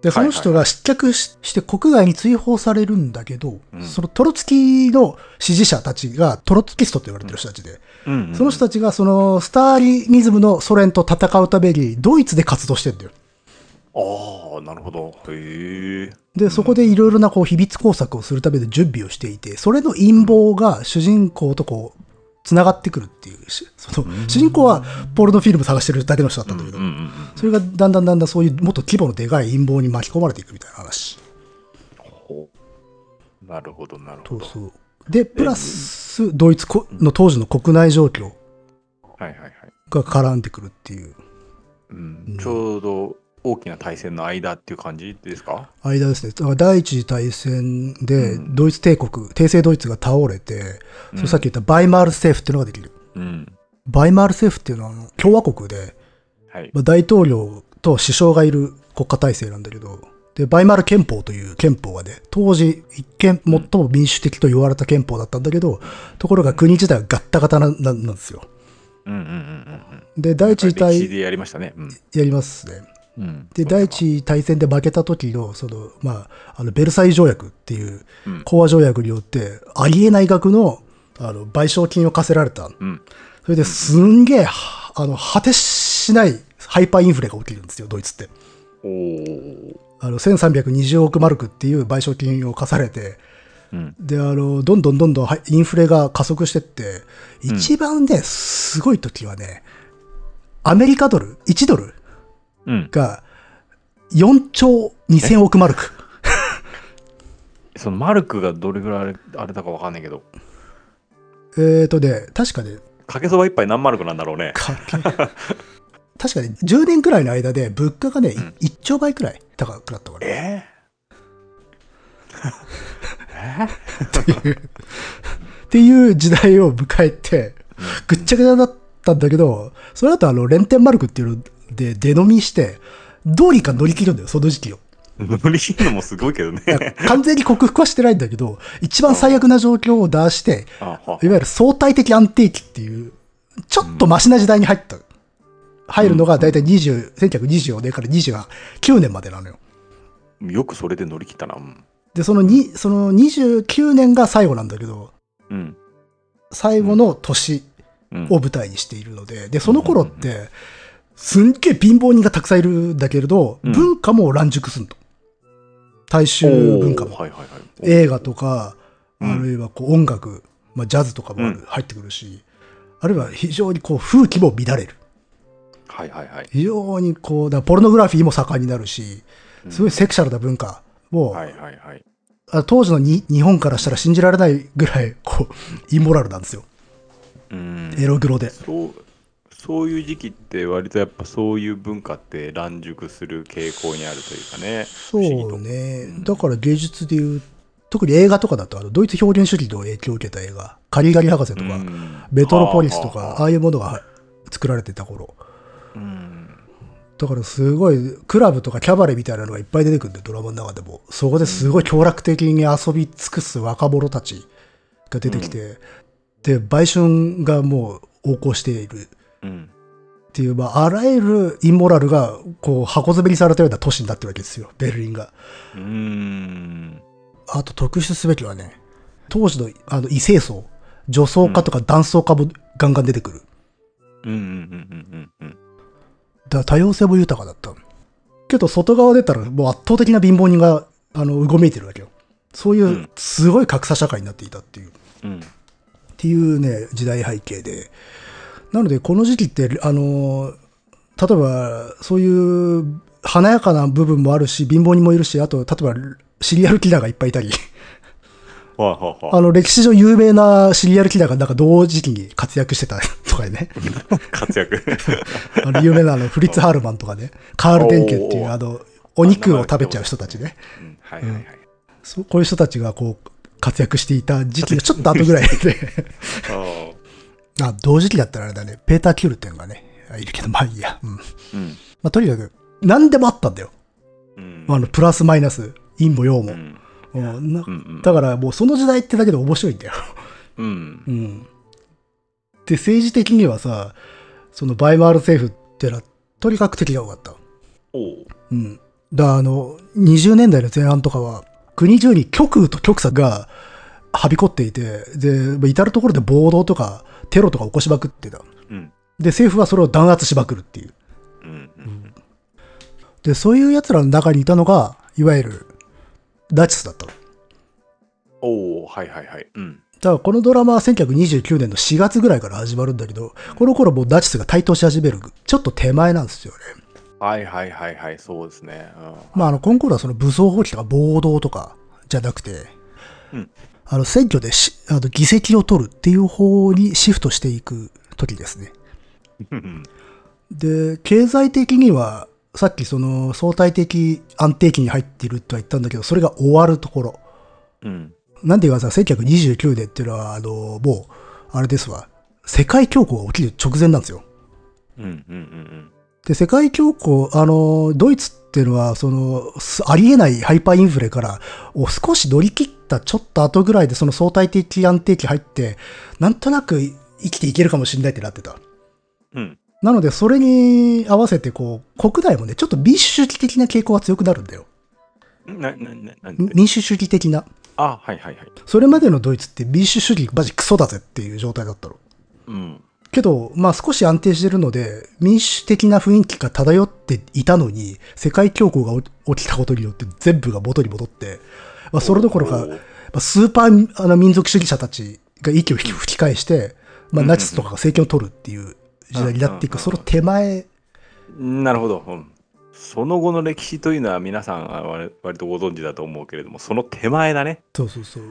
S2: でその人が失脚し,、して国外に追放されるんだけど、
S1: うん
S2: そのトロツキーの支持者たちがトロツキストって言われてる人たちで、
S1: うんうんうん
S2: その人たちがそのスターリニズムのソ連と戦うためにドイツで活動してんだよ。
S1: ああなるほどへえ
S2: で、そこでいろいろなこう秘密工作をするための準備をしていて、それの陰謀が主人公とこう、つながってくるっていうし、その、主人公はポルノフィルム探してるだけの人だったんだけど
S1: うんう、んうん
S2: それがだんだんだんだんそういうもっと規模のでかい陰謀に巻き込まれていくみたいな話。
S1: ほうなるほどなる
S2: そ
S1: ほ
S2: う
S1: ど
S2: そう。で、プラス、ドイツこの当時の国内状況
S1: はいはいはい
S2: が絡んでくるっていう
S1: うんちょうど大きな対戦の間っていう感じですか
S2: 間ですね。だから第一次大戦で、
S1: うん
S2: ドイツ帝国、帝政ドイツが倒れて、それさっき言ったバイマール政府っていうのができる。
S1: うん。
S2: バイマール政府っていうのはあの共和国で、
S1: はい。
S2: まあ、大統領と首相がいる国家体制なんだけど、で、バイマール憲法という憲法がね、当時一見最も民主的と言われた憲法だったんだけど、ところが国自体はガッタガタなななんですよ。
S1: うんうんうんうん
S2: で、第
S1: うん。
S2: 一次
S1: 歴史
S2: 大、
S1: でやりましたね。うん。
S2: やりますね。
S1: うん
S2: で、第。一次大戦で負けた時の、その、まあ、あの、ベルサイユ条約っていう
S1: うん、
S2: 講和条約によって、ありえない額の、あの、賠償金を課せられた。
S1: うん。
S2: それですんげえ、はあの、果てしないハイパーインフレが起きるんですよ、ドイツって。
S1: おお。
S2: あの、1320億マルクっていう賠償金を課されて、
S1: うん。
S2: で、あの、どんどんどんどんはいインフレが加速してって、
S1: うん
S2: 一番ね、すごい時はね、アメリカドル、1ドル
S1: うん。
S2: が4兆2000億マルク。
S1: そのマルクがどれぐらいあれあれだかわかんないけど、
S2: えーとね、確かね、
S1: かけそば一杯何マルクなんだろうね。
S2: か確かね、10年くらいの間で物価がね、い
S1: うん
S2: 1兆倍くらい高くなったから。
S1: えーえー
S2: っていうっていう時代を迎えて、ぐっちゃぐちゃだったんだけど、その後あの、レンテンマルクっていうので出飲みして、どうにか乗り切るんだよ、その時期を。
S1: 乗り切るのもすごいけどね。
S2: 完全に克服はしてないんだけど、一番最悪な状況を出して、
S1: あはい
S2: わゆる相対的安定期っていう、ちょっとマシな時代に入った。入るのが大体20、1924年から29年までなのよ。
S1: よくそれで乗り切ったな。うん
S2: で、そのにその29年が最後なんだけど、
S1: うん。
S2: 最後の年
S1: うん
S2: を舞台にしているので、で、その頃って、すんげえ貧乏人がたくさんいるんだけれど、
S1: うん
S2: 文化も乱熟すんと。大衆文化
S1: お
S2: も
S1: ー。はいはいはい。
S2: 映画とか、
S1: うん
S2: あるいはこう音楽、まあ、ジャズとかもある
S1: うん
S2: 入ってくるし、あるいは非常にこう風紀も乱れる。
S1: はいはいはい。
S2: 非常にこう、だからポルノグラフィーも盛んになるし、すごいセクシャルな文化を、
S1: はいはいはい。
S2: あ当時のに日本からしたら信じられないぐらい、こう、イモラルなんですよ。
S1: うん。
S2: エログロで。
S1: そうそういう時期って割とやっぱそういう文化って乱熟する傾向にあるというかね。
S2: そ
S1: 不思議と
S2: うね。だから芸術でいう、特に映画とかだと、あのドイツ表現主義の影響を受けた映画、カリガリ博士とか、
S1: うん
S2: メトロポリスとか、
S1: はあ
S2: ああいうものが作られてた頃。
S1: うん
S2: だからすごいクラブとかキャバレーみたいなのがいっぱい出てくるんでドラマの中でもそこですごい協力的に遊び尽くす若者たちが出てきて、で売春がもう横行している
S1: うん
S2: っていう、まあ、あらゆるイモラルがこう箱詰めにされたような都市になってるわけですよベルリンが
S1: うん
S2: あと特筆すべきはね当時のあの異性層女装家とか男装家もガンガン出てくる
S1: うんうんうんうんうん
S2: だから多様性も豊かだったけど外側出たらもう圧倒的な貧乏人があのうごめいてるわけよそういうんすごい格差社会になっていたっていう、っ
S1: うん
S2: ていうね時代背景でなのでこの時期ってあの例えばそういう華やかな部分もあるし貧乏人もいるしあと例えばシリアルキラーがいっぱいいたり
S1: はあはあ
S2: あ
S1: は
S2: の歴史上有名なシリアルキラーがなんか同時期に活躍してたとかね
S1: あ活
S2: (laughs)
S1: 躍
S2: あの有名なあのフリッツ・ハールマンとかねカール・デンケってい
S1: お
S2: う
S1: ー
S2: あのお肉を食べちゃう人たちね
S1: うんはいはいはい
S2: そうこういう人たちがこう活躍していた時期がちょっと後ぐらいで (laughs)
S1: ああ
S2: あ同時期だったらあれだねペーター・キュールっていうのがねあいるけどまあいいや、うんま
S1: うん
S2: あ、とにかく何でもあったんだよ
S1: うん
S2: あのプラスマイナス陰も陽も
S1: う、ん
S2: うんな
S1: うんうん
S2: だからもうその時代ってだけで面白いんだよ、
S1: うん
S2: うん、で政治的にはさそのバイマール政府ってのはとにかく敵が多かった
S1: おう
S2: うん。だあの、20年代の前半とかは、国中に極右と極左がはびこっていて、で、至る所で暴動とかテロとか起こしまくってた。
S1: うん
S2: で、政府はそれを弾圧しまくるっていう。
S1: うんうん
S2: で、そういう奴らの中にいたのが、いわゆる、ナチスだったの。
S1: おうはいはいはいうん
S2: だからこのドラマは1929年の4月ぐらいから始まるんだけど、この頃もうナチスが台頭し始める、ちょっと手前なんですよね。
S1: はいはいはいはいそうですねうん
S2: まあ、あの、今頃はその武装蜂起とか暴動とかじゃなくて、
S1: うん
S2: あの、選挙でしあの議席を取るっていう方にシフトしていく時ですね。
S1: うん
S2: で、経済的には、さっきその相対的安定期に入っているとは言ったんだけど、それが終わるところ。
S1: うん
S2: なんで言わず、1929年っていうのは、あの、もう、あれですわ、世界恐慌が起きる直前なんですよ。
S1: うんうんうん
S2: で、世界恐慌、あの、ドイツっていうのは、その、すありえないハイパーインフレから、を少し乗り切ったちょっと後ぐらいで、その相対的安定期入って、なんとなく生きていけるかもしれないってなってた。
S1: うんうん
S2: なので、それに合わせて、こう、国内もね、ちょっと民主主義的な傾向が強くなるんだよ。
S1: な、な、な、なん
S2: ん
S1: て。
S2: 民主主義的な。
S1: あ、はいはいはい。
S2: それまでのドイツって民主主義、マジクソだぜっていう状態だったの。
S1: うん。
S2: けど、まあ少し安定してるので、民主的な雰囲気が漂っていたのに、世界恐慌が起起きたことによって全部が元に戻って、まあそれどころか、
S1: おー
S2: まあ、スーパーあの民族主義者たちが息を引き吹き返して、まあナチスとかが政権を取るっていう時代になってい
S1: う
S2: く、
S1: ん
S2: その手前、
S1: なるほど。うん。その後の歴史というのは皆さんあ割割とご存知だと思うけれども、その手前だね。
S2: そうそうそう。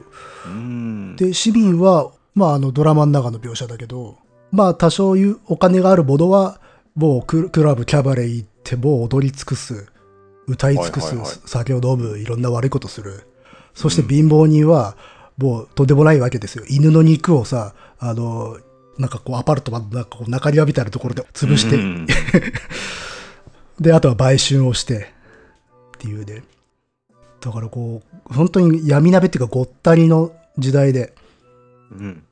S1: うん。
S2: で、市民は、まああのドラマの中の描写だけど、まあ多少いうお金があるものは、もうククラブ、キャバレー行って、もう踊り尽くす、歌い尽くす、
S1: はいはいはい
S2: 酒を飲む、いろんな悪いことする。そして貧乏人は、もうとんでもないわけですよ。犬の肉をさ、あの、なんかこうアパルトマンのなんかこう中庭みたいなところで潰して、
S1: うん
S2: で、あとは売春をして、っていうね。だからこう、本当に闇鍋っていうかごったりの時代で、
S1: うん、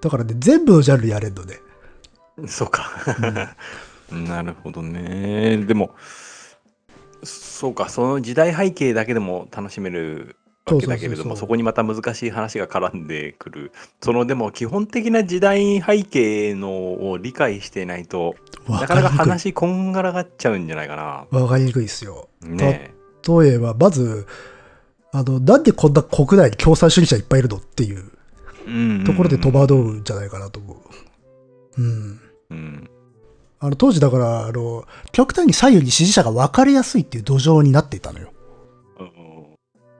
S2: だからね、全部のジャンルやれんのね。 (laughs)
S1: うんそうかなるほどねでもそうかその時代背景だけでも楽しめるわけだけれども
S2: そうそうそうそう
S1: そこにまた難しい話が絡んでくるそのでも基本的な時代背景のを理解していないと
S2: わ
S1: な
S2: か
S1: かな
S2: り
S1: か
S2: にくい。
S1: 話こんがらがっちゃうんじゃないか
S2: わかりにくいですよ。
S1: なね
S2: 例えば、まず、あの、なんでこんな国内に共産主義者いっぱいいるのっていう
S1: え
S2: ところで戸
S1: う
S2: 惑うんじゃないかなと思う。うん。
S1: うん
S2: あの、当時だから、あの、極端に左右に支持者が分かれやすいっていう土壌になっていたのよ。
S1: うん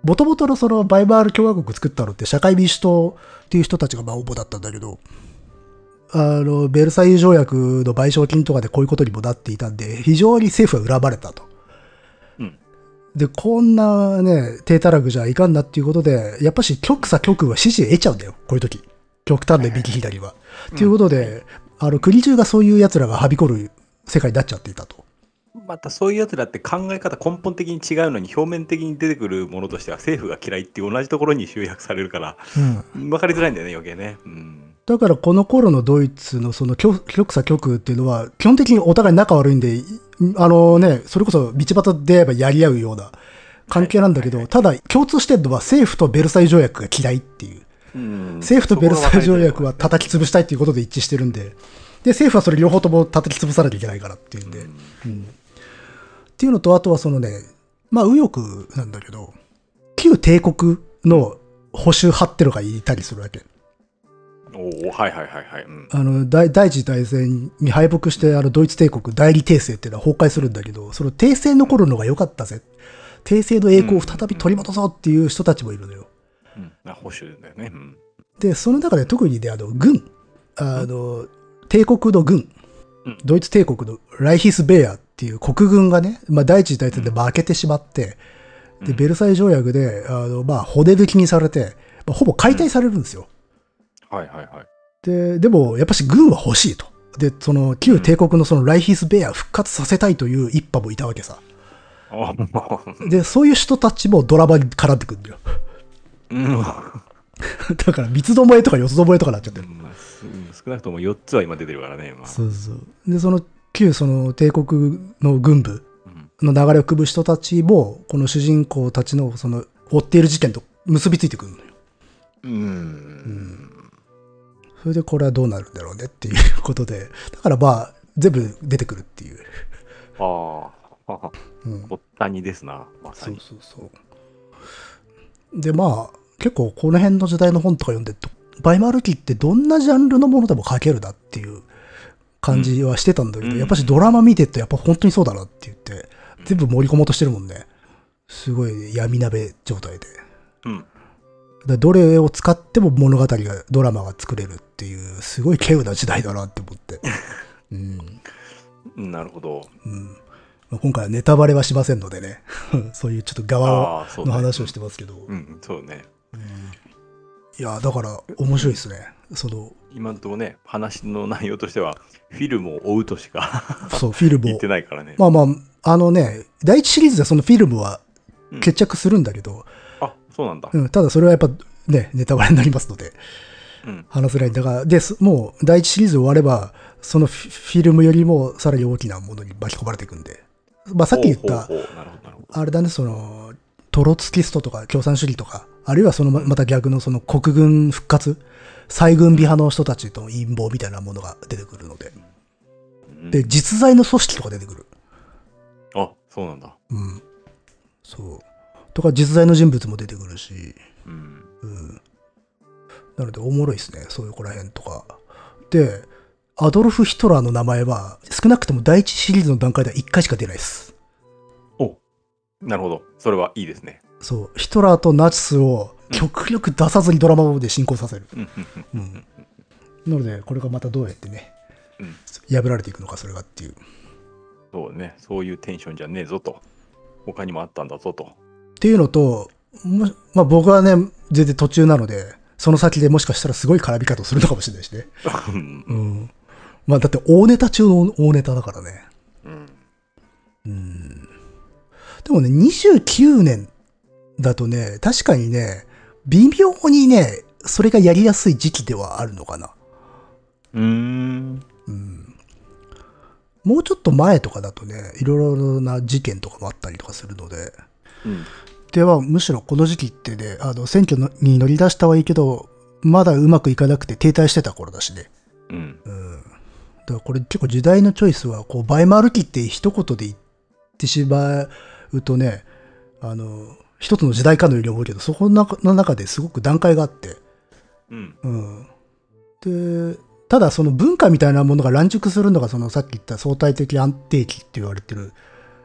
S2: もともとのそのバイマール共和国作ったのって社会民主党っていう人たちがまあ主だったんだけど、あの、ベルサイユ条約の賠償金とかでこういうことにもなっていたんで、非常に政府は恨まれたと。
S1: うん
S2: で、こんなね、低たらくじゃいかんなっていうことで、やっぱし極左極右は支持得ちゃうんだよ、こういう時。極端で右左は。と、いうことで、あの、国中がそういう奴らがはびこる世界になっちゃっていたと。
S1: またそういうやつらって考え方根本的に違うのに表面的に出てくるものとしては政府が嫌いっていう同じところに集約されるから
S2: うん。
S1: 分かりづらいんだよね余計ね。うん
S2: だからこの頃のドイツのその極極左極右っていうのは基本的にお互い仲悪いんでいあのねそれこそ道端で会えばやり合うような関係なんだけど、
S1: はい
S2: ただ共通してるのは政府とベルサイユ条約が嫌いっていう
S1: うん
S2: 政府とベルサイユ条約は
S1: そこが分かりづらい
S2: 叩き潰したいっていうことで一致してるんでで政府はそれ両方とも叩き潰さなきゃいけないからっていうんで、
S1: うん
S2: うんっていうのとあとはそのねまあ右翼なんだけど旧帝国の保守派ってのがいたりするわけ。
S1: おおはいはいはいはい。うん
S2: あの第第一次大戦に敗北してあのドイツ帝国代理帝政っていうのは崩壊するんだけどその帝政の頃の方が良かったぜ帝政の栄光を再び取り戻そうっていう人たちもいるのよ
S1: うん、あ保守だよね。うん
S2: でその中で特にねあの軍あの帝国の軍
S1: うん
S2: ドイツ帝国のライヒスベアっていう国軍がね、まあ、第一次大戦で負けてしまってでベルサイユ条約であの、まあ、骨抜きにされて、まあ、ほぼ解体されるんですよ
S1: はいはいはい。
S2: で、でも、やっぱし軍は欲しいと。で、その、旧帝国のそのライヒスベアを復活させたいという一派もいたわけさ。
S1: あ
S2: で、そういう人たちもドラマに絡んでくるんだよ。 (laughs)
S1: うん、うん
S2: だから、三つどもえとか四つどもえとかなっちゃってる。
S1: まあす少なくとも4つは今出てるからね。まあ
S2: そうそう。で、その、旧その帝国の軍部
S1: うん
S2: の流れを組む人たちも、この主人公たちの、その、追っている事件と結びついてくるのよ。
S1: うん
S2: それで、これはどうなるんだろうねっていうことで。だから、まあ、全部出てくるっていう。
S1: ああ、
S2: うん
S1: ごったにですな、まさ
S2: そう
S1: に。
S2: そうそう。で、まあ、結構この辺の時代の本とか読んでると、バイマル期ってどんなジャンルのものでも書けるなっていう感じはしてたんだけど、
S1: うん
S2: やっぱしドラマ見てるとやっぱ本当にそうだなって言って、全部盛り込もうとしてるもんね。すごい、闇鍋状態で。
S1: うん、
S2: だどれを使っても物語が、ドラマが作れるっていう、すごい稀有な時代だなって
S1: (laughs)
S2: 思って。うん
S1: うんなるほど。
S2: うんまあ今回はネタバレはしませんのでね、 (laughs) そういうちょっと側
S1: ああ、そう
S2: の
S1: だね
S2: 話をしてますけど。
S1: うん、そうね。
S2: いやだから面白いですね。その
S1: 今のところね、話の内容としては、フィルムを追うとしか
S2: そうフィルム
S1: 言
S2: を
S1: ってないからね。
S2: まあまああのね第一シリーズではそのフィルムは
S1: うん
S2: 決着するんだけど、
S1: あ、そうなんだ。
S2: うんただそれはやっぱねネタバレになりますので
S1: うん。
S2: 話せないんだがですもう第一シリーズ終わればそのフィフィルムよりもさらに大きなものに巻き込まれていくんで、まあ、さっき言った
S1: ほうほうほうなるほど、なるほど。
S2: あれだねそのトロツキストとか共産主義とかあるいはそのままた逆のその国軍復活再軍備派の人たちとの陰謀みたいなものが出てくるので。
S1: うん
S2: で、実在の組織とか出てくる。
S1: あ、そうなんだ。
S2: うん。そう。とか、実在の人物も出てくるし、
S1: うん。
S2: うん。なので、おもろいですね。そういうこら辺とか。で、アドルフ・ヒトラーの名前は、少なくとも第一シリーズの段階では1回しか出ないです。
S1: おなるほど。それはいいですね。
S2: そう。ヒトラーとナチスを極力出さずにドラマで進行させる。
S1: うん、
S2: うん。なので、これがまたどうやってね、
S1: うん
S2: 破られていくのか、それがっていう。
S1: そうね。そういうテンションじゃねえぞと。他にもあったんだぞと。
S2: っていうのと、もしまあ、僕はね、全然途中なので、その先でもしかしたらすごい絡み方するのかもしれないしね。
S1: うん
S2: うん。まあ、だって大ネタ中の大ネタだからね。
S1: うん
S2: うん。でもね、29年だとね、確かにね、微妙にね、それがやりやすい時期ではあるのかな。
S1: うーん
S2: うん。もうちょっと前とかだとね、いろいろな事件とかもあったりとかするので、
S1: うん
S2: ではむしろこの時期ってね、あの、選挙のに乗り出したはいいけど、まだうまくいかなくて停滞してた頃だしね。
S1: うん
S2: うん。だからこれ結構時代のチョイスは、こう、バイマル期って一言で言ってしまうとね、あの、一つの時代かのように思うけど、そこの中の中ですごく段階があって、
S1: うん
S2: うん。で、ただその文化みたいなものが乱熟するのが、そのさっき言った相対的安定期って言われてる、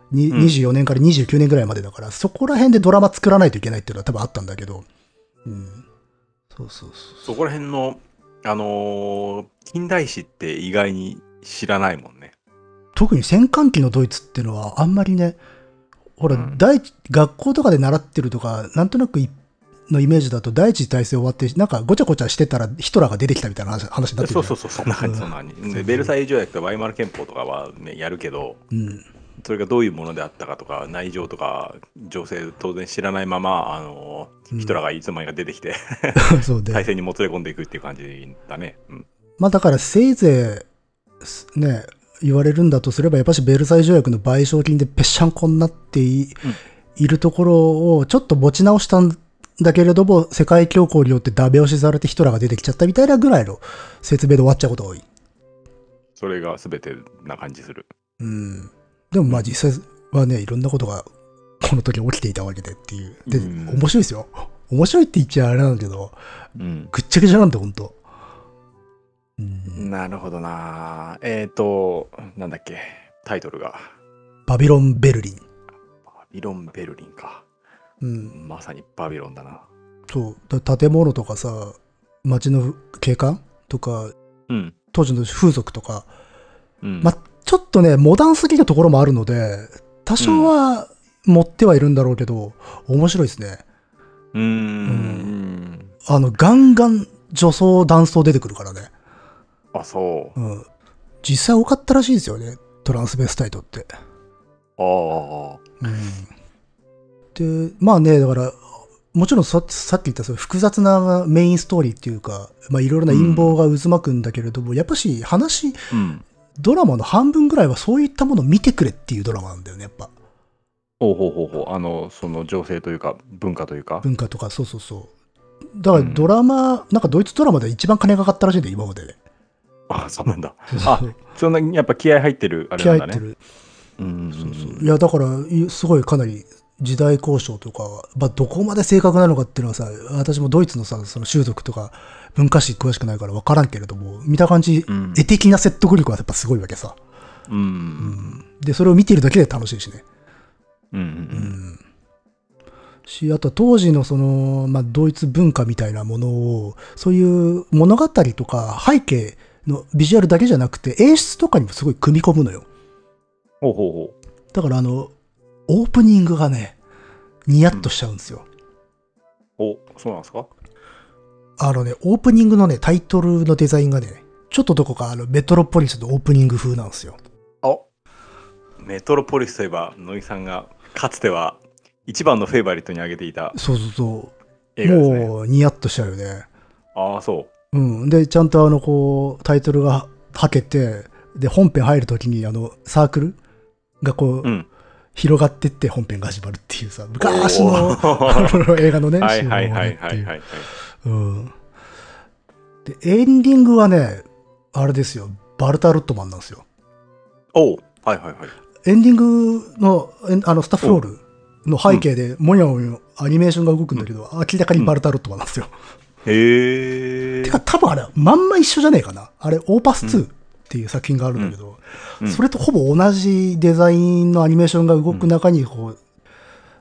S2: に
S1: うん
S2: 24年から29年ぐらいまでだから、そこら辺でドラマ作らないといけないっていうのは多分あったんだけど、うん。そうそうそう。
S1: そこら辺のあのー近代史って意外に知らないもんね
S2: 特に戦艦機のドイツっていうのはあんまりねほら、
S1: うん
S2: 第一学校とかで習ってるとかなんとなくいのイメージだと第一次大戦終わってなんかごちゃごちゃしてたらヒトラーが出てきたみたいな話話になって
S1: そう
S2: る
S1: そうそうそんな感じ
S2: うん
S1: そんな感じでベルサイユ条約とかワイマル憲法とかはねやるけど
S2: う、うん、
S1: それがどういうものであったかとか内情とか情勢当然知らないままあのー
S2: うん
S1: ヒトラーがいつまにか出てきて
S2: そうで、
S1: 体制にもつれ込んでいくっていう感じだねうん
S2: まあだからせいぜいすね言われるんだとすればやっぱしベルサイユ条約の賠償金でぺっしゃんこになってい,、いるところをちょっと持ち直したんだけれども世界恐慌によってダメ押しされてヒトラーが出てきちゃったみたいなぐらいの説明で終わっちゃうことが多い
S1: それが全てな感じする
S2: うん。でもまあ実際はね、いろんなことがこの時起きていたわけでっていう。で、
S1: うん
S2: 面白いですよ。面白いって言っちゃあれなんだけど、
S1: うん
S2: ぐっちゃぐちゃなんだよ、ほんと。うん、
S1: なるほどなえっ、ー、となんだっけタイトルが
S2: バビロン・ベルリン。
S1: 「バビロン・ベルリン」か
S2: うん。
S1: まさにバビロンだな
S2: そう。だ建物とかさ、街の景観とか、
S1: うん
S2: 当時の風俗とか、
S1: うん
S2: まあ、ちょっとね、モダンすぎるところもあるので、多少は持ってはいるんだろうけど、面白いですね。
S1: うーん
S2: あの、ガンガン女装、男装出てくるからね。
S1: あそう
S2: うん、実際多かったらしいですよねトランスベスタイトって、
S1: ああ
S2: うん、でまあねだからもちろんささっき言ったその複雑なメインストーリーっていうか、まあ、いろいろな陰謀が渦巻くんだけれども、やっぱし話
S1: うん
S2: ドラマの半分ぐらいはそういったものを見てくれっていうドラマなんだよねやっぱ
S1: ほうほうほうほうあのその情勢というか文化というか
S2: 文化とかそうそうそうだからドラマ、なんかドイツドラマで一番金がかかったらしいんだよ今までで
S1: あそうなんだあそんなにやっぱ気合入ってるあれ
S2: (laughs) 気
S1: な
S2: 合
S1: ん
S2: い
S1: だ
S2: 入っ
S1: ね
S2: てる
S1: うんそ
S2: そうう
S1: そ
S2: そうういやだからいすごいかなり時代交渉とか、まあ、どこまで正確なのかっていうのはさ私もドイツのさその習俗とか文化史詳しくないから分からんけれども見た感じ、
S1: うん
S2: 絵的な説得力はやっぱすごいわけさ、
S1: うんうん
S2: でそれを見てるだけで楽しいしね、
S1: うんう
S2: うんん、しあとは当時のその、まあ、ドイツ文化みたいなものをそういう物語とか背景のビジュアルだけじゃなくて演出とかにもすごい組み込むのよ
S1: ほうほうほう
S2: だからあの、オープニングがね、ニヤッとしちゃうんですよ。
S1: おそうなんですか
S2: あのね、オープニングのね、タイトルのデザインがね、ちょっとどこかあの、メトロポリスのオープニング風なんですよ。
S1: あメトロポリスといえば野井さんがかつては一番のフェイバリットに挙げていた
S2: そうそうそ
S1: 映
S2: う。
S1: 画ですね
S2: もう、ニヤッとしちゃうよね。
S1: ああそ
S2: うん。で、ちゃんとあの、こう、タイトルがはけて、で、本編入るときに、あの、サークルがこう、
S1: ううん
S2: 広がってって本編が始まるっていうさ、昔
S1: お
S2: (laughs) の、
S1: ー
S2: 映画のね、
S1: はい
S2: シーン
S1: はい
S2: が
S1: は
S2: ね
S1: い
S2: って
S1: は
S2: いう
S1: いはい
S2: うん。で、エンディングはね、あれですよ、バルタ・ルットマンなんですよ。
S1: おうはいはいはい
S2: エンディングのえんあのスタッフロールの背景で、もやもやアニメーションが動くんだけど、明らかにバルタ・ルットマンなんですよ。
S1: へえ
S2: (laughs) てか、多分あれ、まんま一緒じゃねえかな。あれ、オーパス2っていう作品があるんだけど、
S1: うん
S2: それとほぼ同じデザインのアニメーションが動く中に、こう、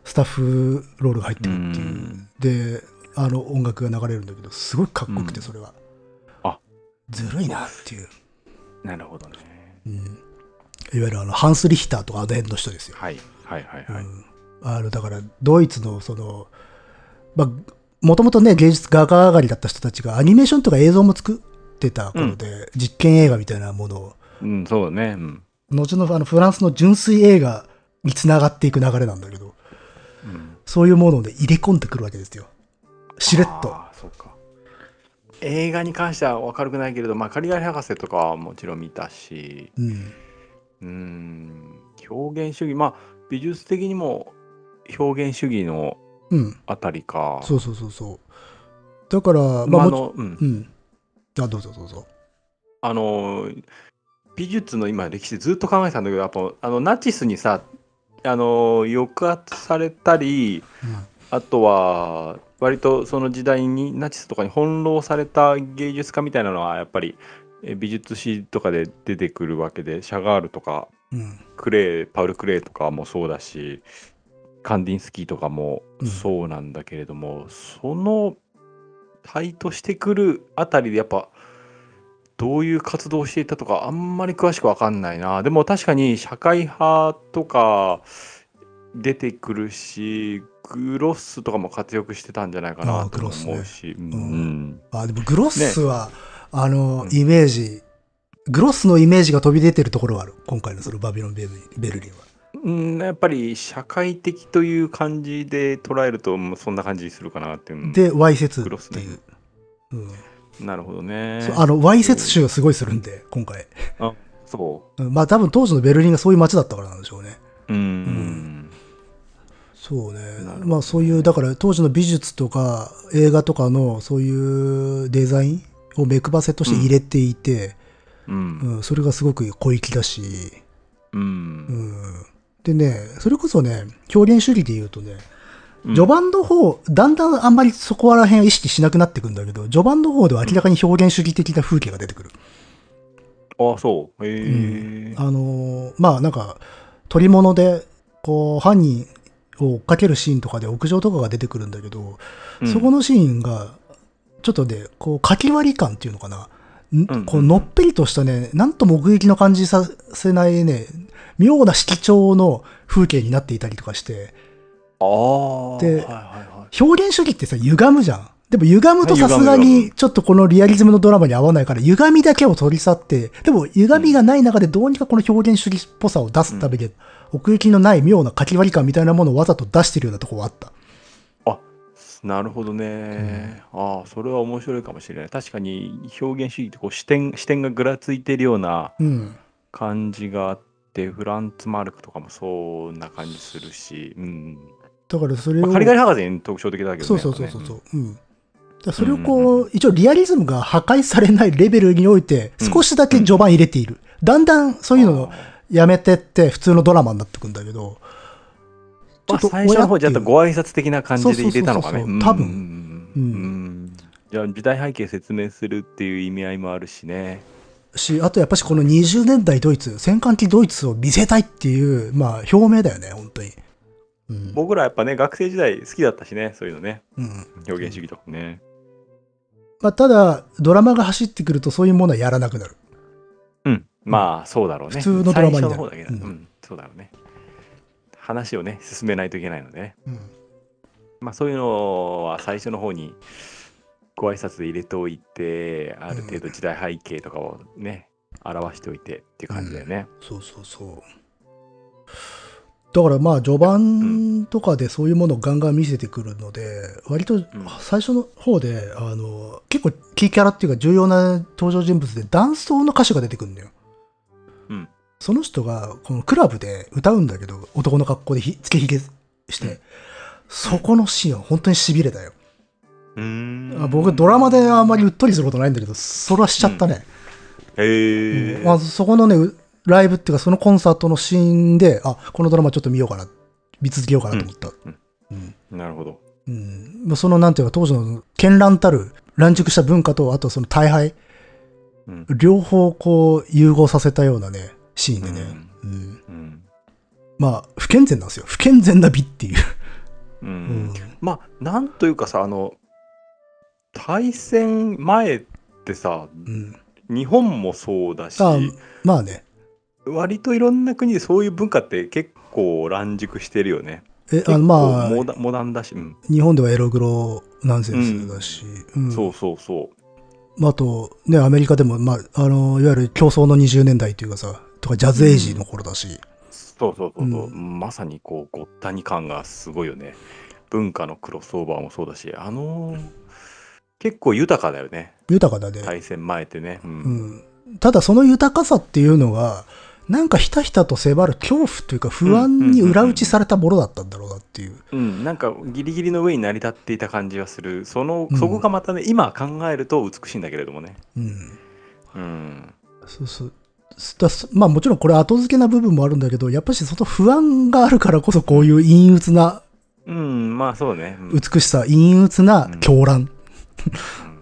S2: スタッフロールが入ってくるっていう。
S1: うん
S2: で、あの音楽が流れるんだけど、すごいかっこよくて、それは。
S1: あ
S2: ずるいなっていう。
S1: なるほどね
S2: うんいわゆるあのハンス・リヒターとかあの辺の人ですよ。
S1: はいはいはいはい
S2: うんあのだからドイツのそのまあ、もともとね、芸術画家上がりだった人たちがアニメーションとか映像も作ってた頃で、実験映画みたいなものを、
S1: うん、そうだね。うん。
S2: 後のあのフランスの純粋映画につながっていく流れなんだけど、
S1: うん、
S2: そういうもので入れ込んでくるわけですよ。しれっと。
S1: あー。そうか。映画に関しては分かるくないけれど、まあ、カリガリ博士とかはもちろん見たし、
S2: うん。
S1: うーん、表現主義、まあ、美術的にも表現主義の
S2: うん。
S1: あたりか。
S2: そうそうそうそう。だから、
S1: まあ、あ
S2: もち
S1: の、うん
S2: うん。あ、どうぞどうぞ。
S1: あの美術の今歴史ずっと考えてたんだけどやっぱあのナチスにさあの抑圧されたりあとは割とその時代にナチスとかに翻弄された芸術家みたいなのはやっぱりえ美術史とかで出てくるわけでシャガールとか
S2: うん。うん。
S1: クレイパウル・クレイとかもそうだしカンディンスキーとかも
S2: うん
S1: そうなんだけれども、その対としてくるあたりでやっぱどういう活動をしていたとかあんまり詳しく分かんないなでも確かに社会派とか出てくるしグロッスとかも活躍してたんじゃないか
S2: あ
S1: な
S2: ー
S1: とも思うし、うん
S2: うん
S1: うん
S2: あ、でもグロスは、あの
S1: う、ん
S2: イメージ、グロスのイメージが飛び出てるところはある。今回のそのバビロンベルベルリンは。
S1: うんやっぱり社会的という感じで捉えるともうそんな感じするかなっていう
S2: で、わいせつっ
S1: グロス
S2: て
S1: ね
S2: いう。うん、
S1: なるほどね
S2: そうあのわいせつ集がすごいするんで、今回。
S1: そ
S2: うんまあ多分当時のベルリンがそういう街だったからなんでしょうね。
S1: う。うん。
S2: そうね
S1: なるほ。ど
S2: まあそういう、だから当時の美術とか映画とかのそういうデザインを目配せとして入れていて、
S1: う。
S2: うんんそれがすごく小粋だし、
S1: う。
S2: うんん。でね、それこそね、表現主義で言うとね、
S1: うん
S2: 序盤の方、だんだんあんまりそこら辺を意識しなくなってくんだけど、序盤の方では明らかに表現主義的な風景が出てくる。
S1: あ、そう。へ
S2: うん
S1: え。
S2: あのーまあなんか取り物でこう犯人を追っかけるシーンとかで屋上とかが出てくるんだけど、
S1: うん
S2: そこのシーンがちょっとねこうかき割り感っていうのかな、ん
S1: うん
S2: こうのっぺりとしたねなんと目撃の感じさせないね妙な色調の風景になっていたりとかして
S1: ああ。はいはい
S2: で
S1: はい。
S2: 表現主義ってさ歪むじゃんでも歪むと
S1: はい
S2: さすが
S1: 歪む歪
S2: に
S1: む
S2: ちょっとこのリアリズムのドラマに合わないから歪みだけを取り去ってでも歪みがない中でどうにかこの表現主義っぽさを出すために奥行きのない妙なかき割り感みたいなものをわざと出してるようなとこはあった
S1: なるほどね。ああ、それは面白いかもしれない。確かに表現主義ってこう視点視点がぐらついてるような
S2: うん
S1: 感じがあって、フランツ・マルクとかもそんな感じするし。うん。
S2: だからそれを、
S1: まあカリガリ博士に特徴的だけどね。
S2: そうそうそ
S1: やっ
S2: う
S1: ぱ
S2: そう
S1: ね
S2: そううんだからそれをこ
S1: うん
S2: う、一応リアリズムが破壊されないレベルにおいて
S1: うん
S2: 少しだけ序盤入れている、だんだんそういうのを
S1: あー
S2: やめてって普通のドラマになってくんだけどち
S1: まあ、最初の方じゃあとご挨拶的な感じで入れたのかね。
S2: そうそうそうそう多分
S1: うん
S2: うん
S1: うんじゃあ時代背景説明するっていう意味合いもあるしね。
S2: し、あとやっぱしこの20年代ドイツ、戦艦機ドイツを見せたいっていう、まあ表明だよね、本当に。うん。
S1: 僕らやっぱね学生時代好きだったしねそういうのね
S2: うん、
S1: 表現主義とかね。
S2: まあただ、ドラマが走ってくるとそういうものはやらなくなる。
S1: うんまあそうだろうね。
S2: 普通のドラマ
S1: 最
S2: になる
S1: 初の方だけだ、
S2: う
S1: うんんそうだろうね。話をね進めないといけないのでね。
S2: うん。
S1: まあそういうのは最初の方にご挨拶で入れておいてある程度時代背景とかをね、表しておいてっていう感じだよね。
S2: そうそうそう。だからまあ序盤とかでそういうものをガンガン見せてくるので、割と最初の方で、あの、結構キーキャラっていうか重要な登場人物で男装の歌手が出てくるんだよ。
S1: うん
S2: その人が、このクラブで歌うんだけど、男の格好でひつけひげして、
S1: うん
S2: そこのシーンは本当に痺れたよ。
S1: うーん
S2: あ僕、ドラマであんまりうっとりすることないんだけど、それはしちゃったね。
S1: へえ、
S2: うんまあ、そこのね、うライブっていうか、そのコンサートのシーンで、あ、このドラマちょっと見ようかな、見続けようかなと思った。
S1: うん
S2: うん
S1: なるほど。
S2: うんまあそのなんていうか、当時の絢爛たる、乱熟した文化と、あとその大敗、
S1: うん
S2: 両方こう、融合させたようなね、シーンでね。うん
S1: うん
S2: まあ、不健全なんですよ。不健全な美っていう。
S1: うん
S2: うん
S1: まあなんというかさあの対戦前ってさ
S2: うん、
S1: 日本もそうだし
S2: あまあね。
S1: 割といろんな国でそういう文化って結構乱熟してるよね。
S2: え、あの、まあ、
S1: モダモダンだし、うん、
S2: 日本ではエログロナンセンスだし、うん
S1: そうそうそう。
S2: まああと、ね、アメリカでも、まあ、あの、いわゆる競争の20年代というかさ、とかジャズエイジの頃だし、
S1: そうそうそうそう、
S2: う
S1: まさにこうごったに感がすごいよね文化のクロスオーバーもそうだしあのー結構豊かだよね
S2: 豊かだね。
S1: 対戦前ってね、うん
S2: うん、ただその豊かさっていうのがなんかひたひたと迫る恐怖というか不安に裏打ちされたものだったんだろうなっていう。
S1: うんなんかギリギリの上に成り立っていた感じはするそのそこがまたね、今考えると美しいんだけれどもね
S2: うん、
S1: うん
S2: そうそうだそまあもちろんこれ後付けな部分もあるんだけどやっぱりその不安があるからこそこういう陰鬱な
S1: うんまあそうね、うん
S2: 美しさ陰鬱な狂乱
S1: ん
S2: っ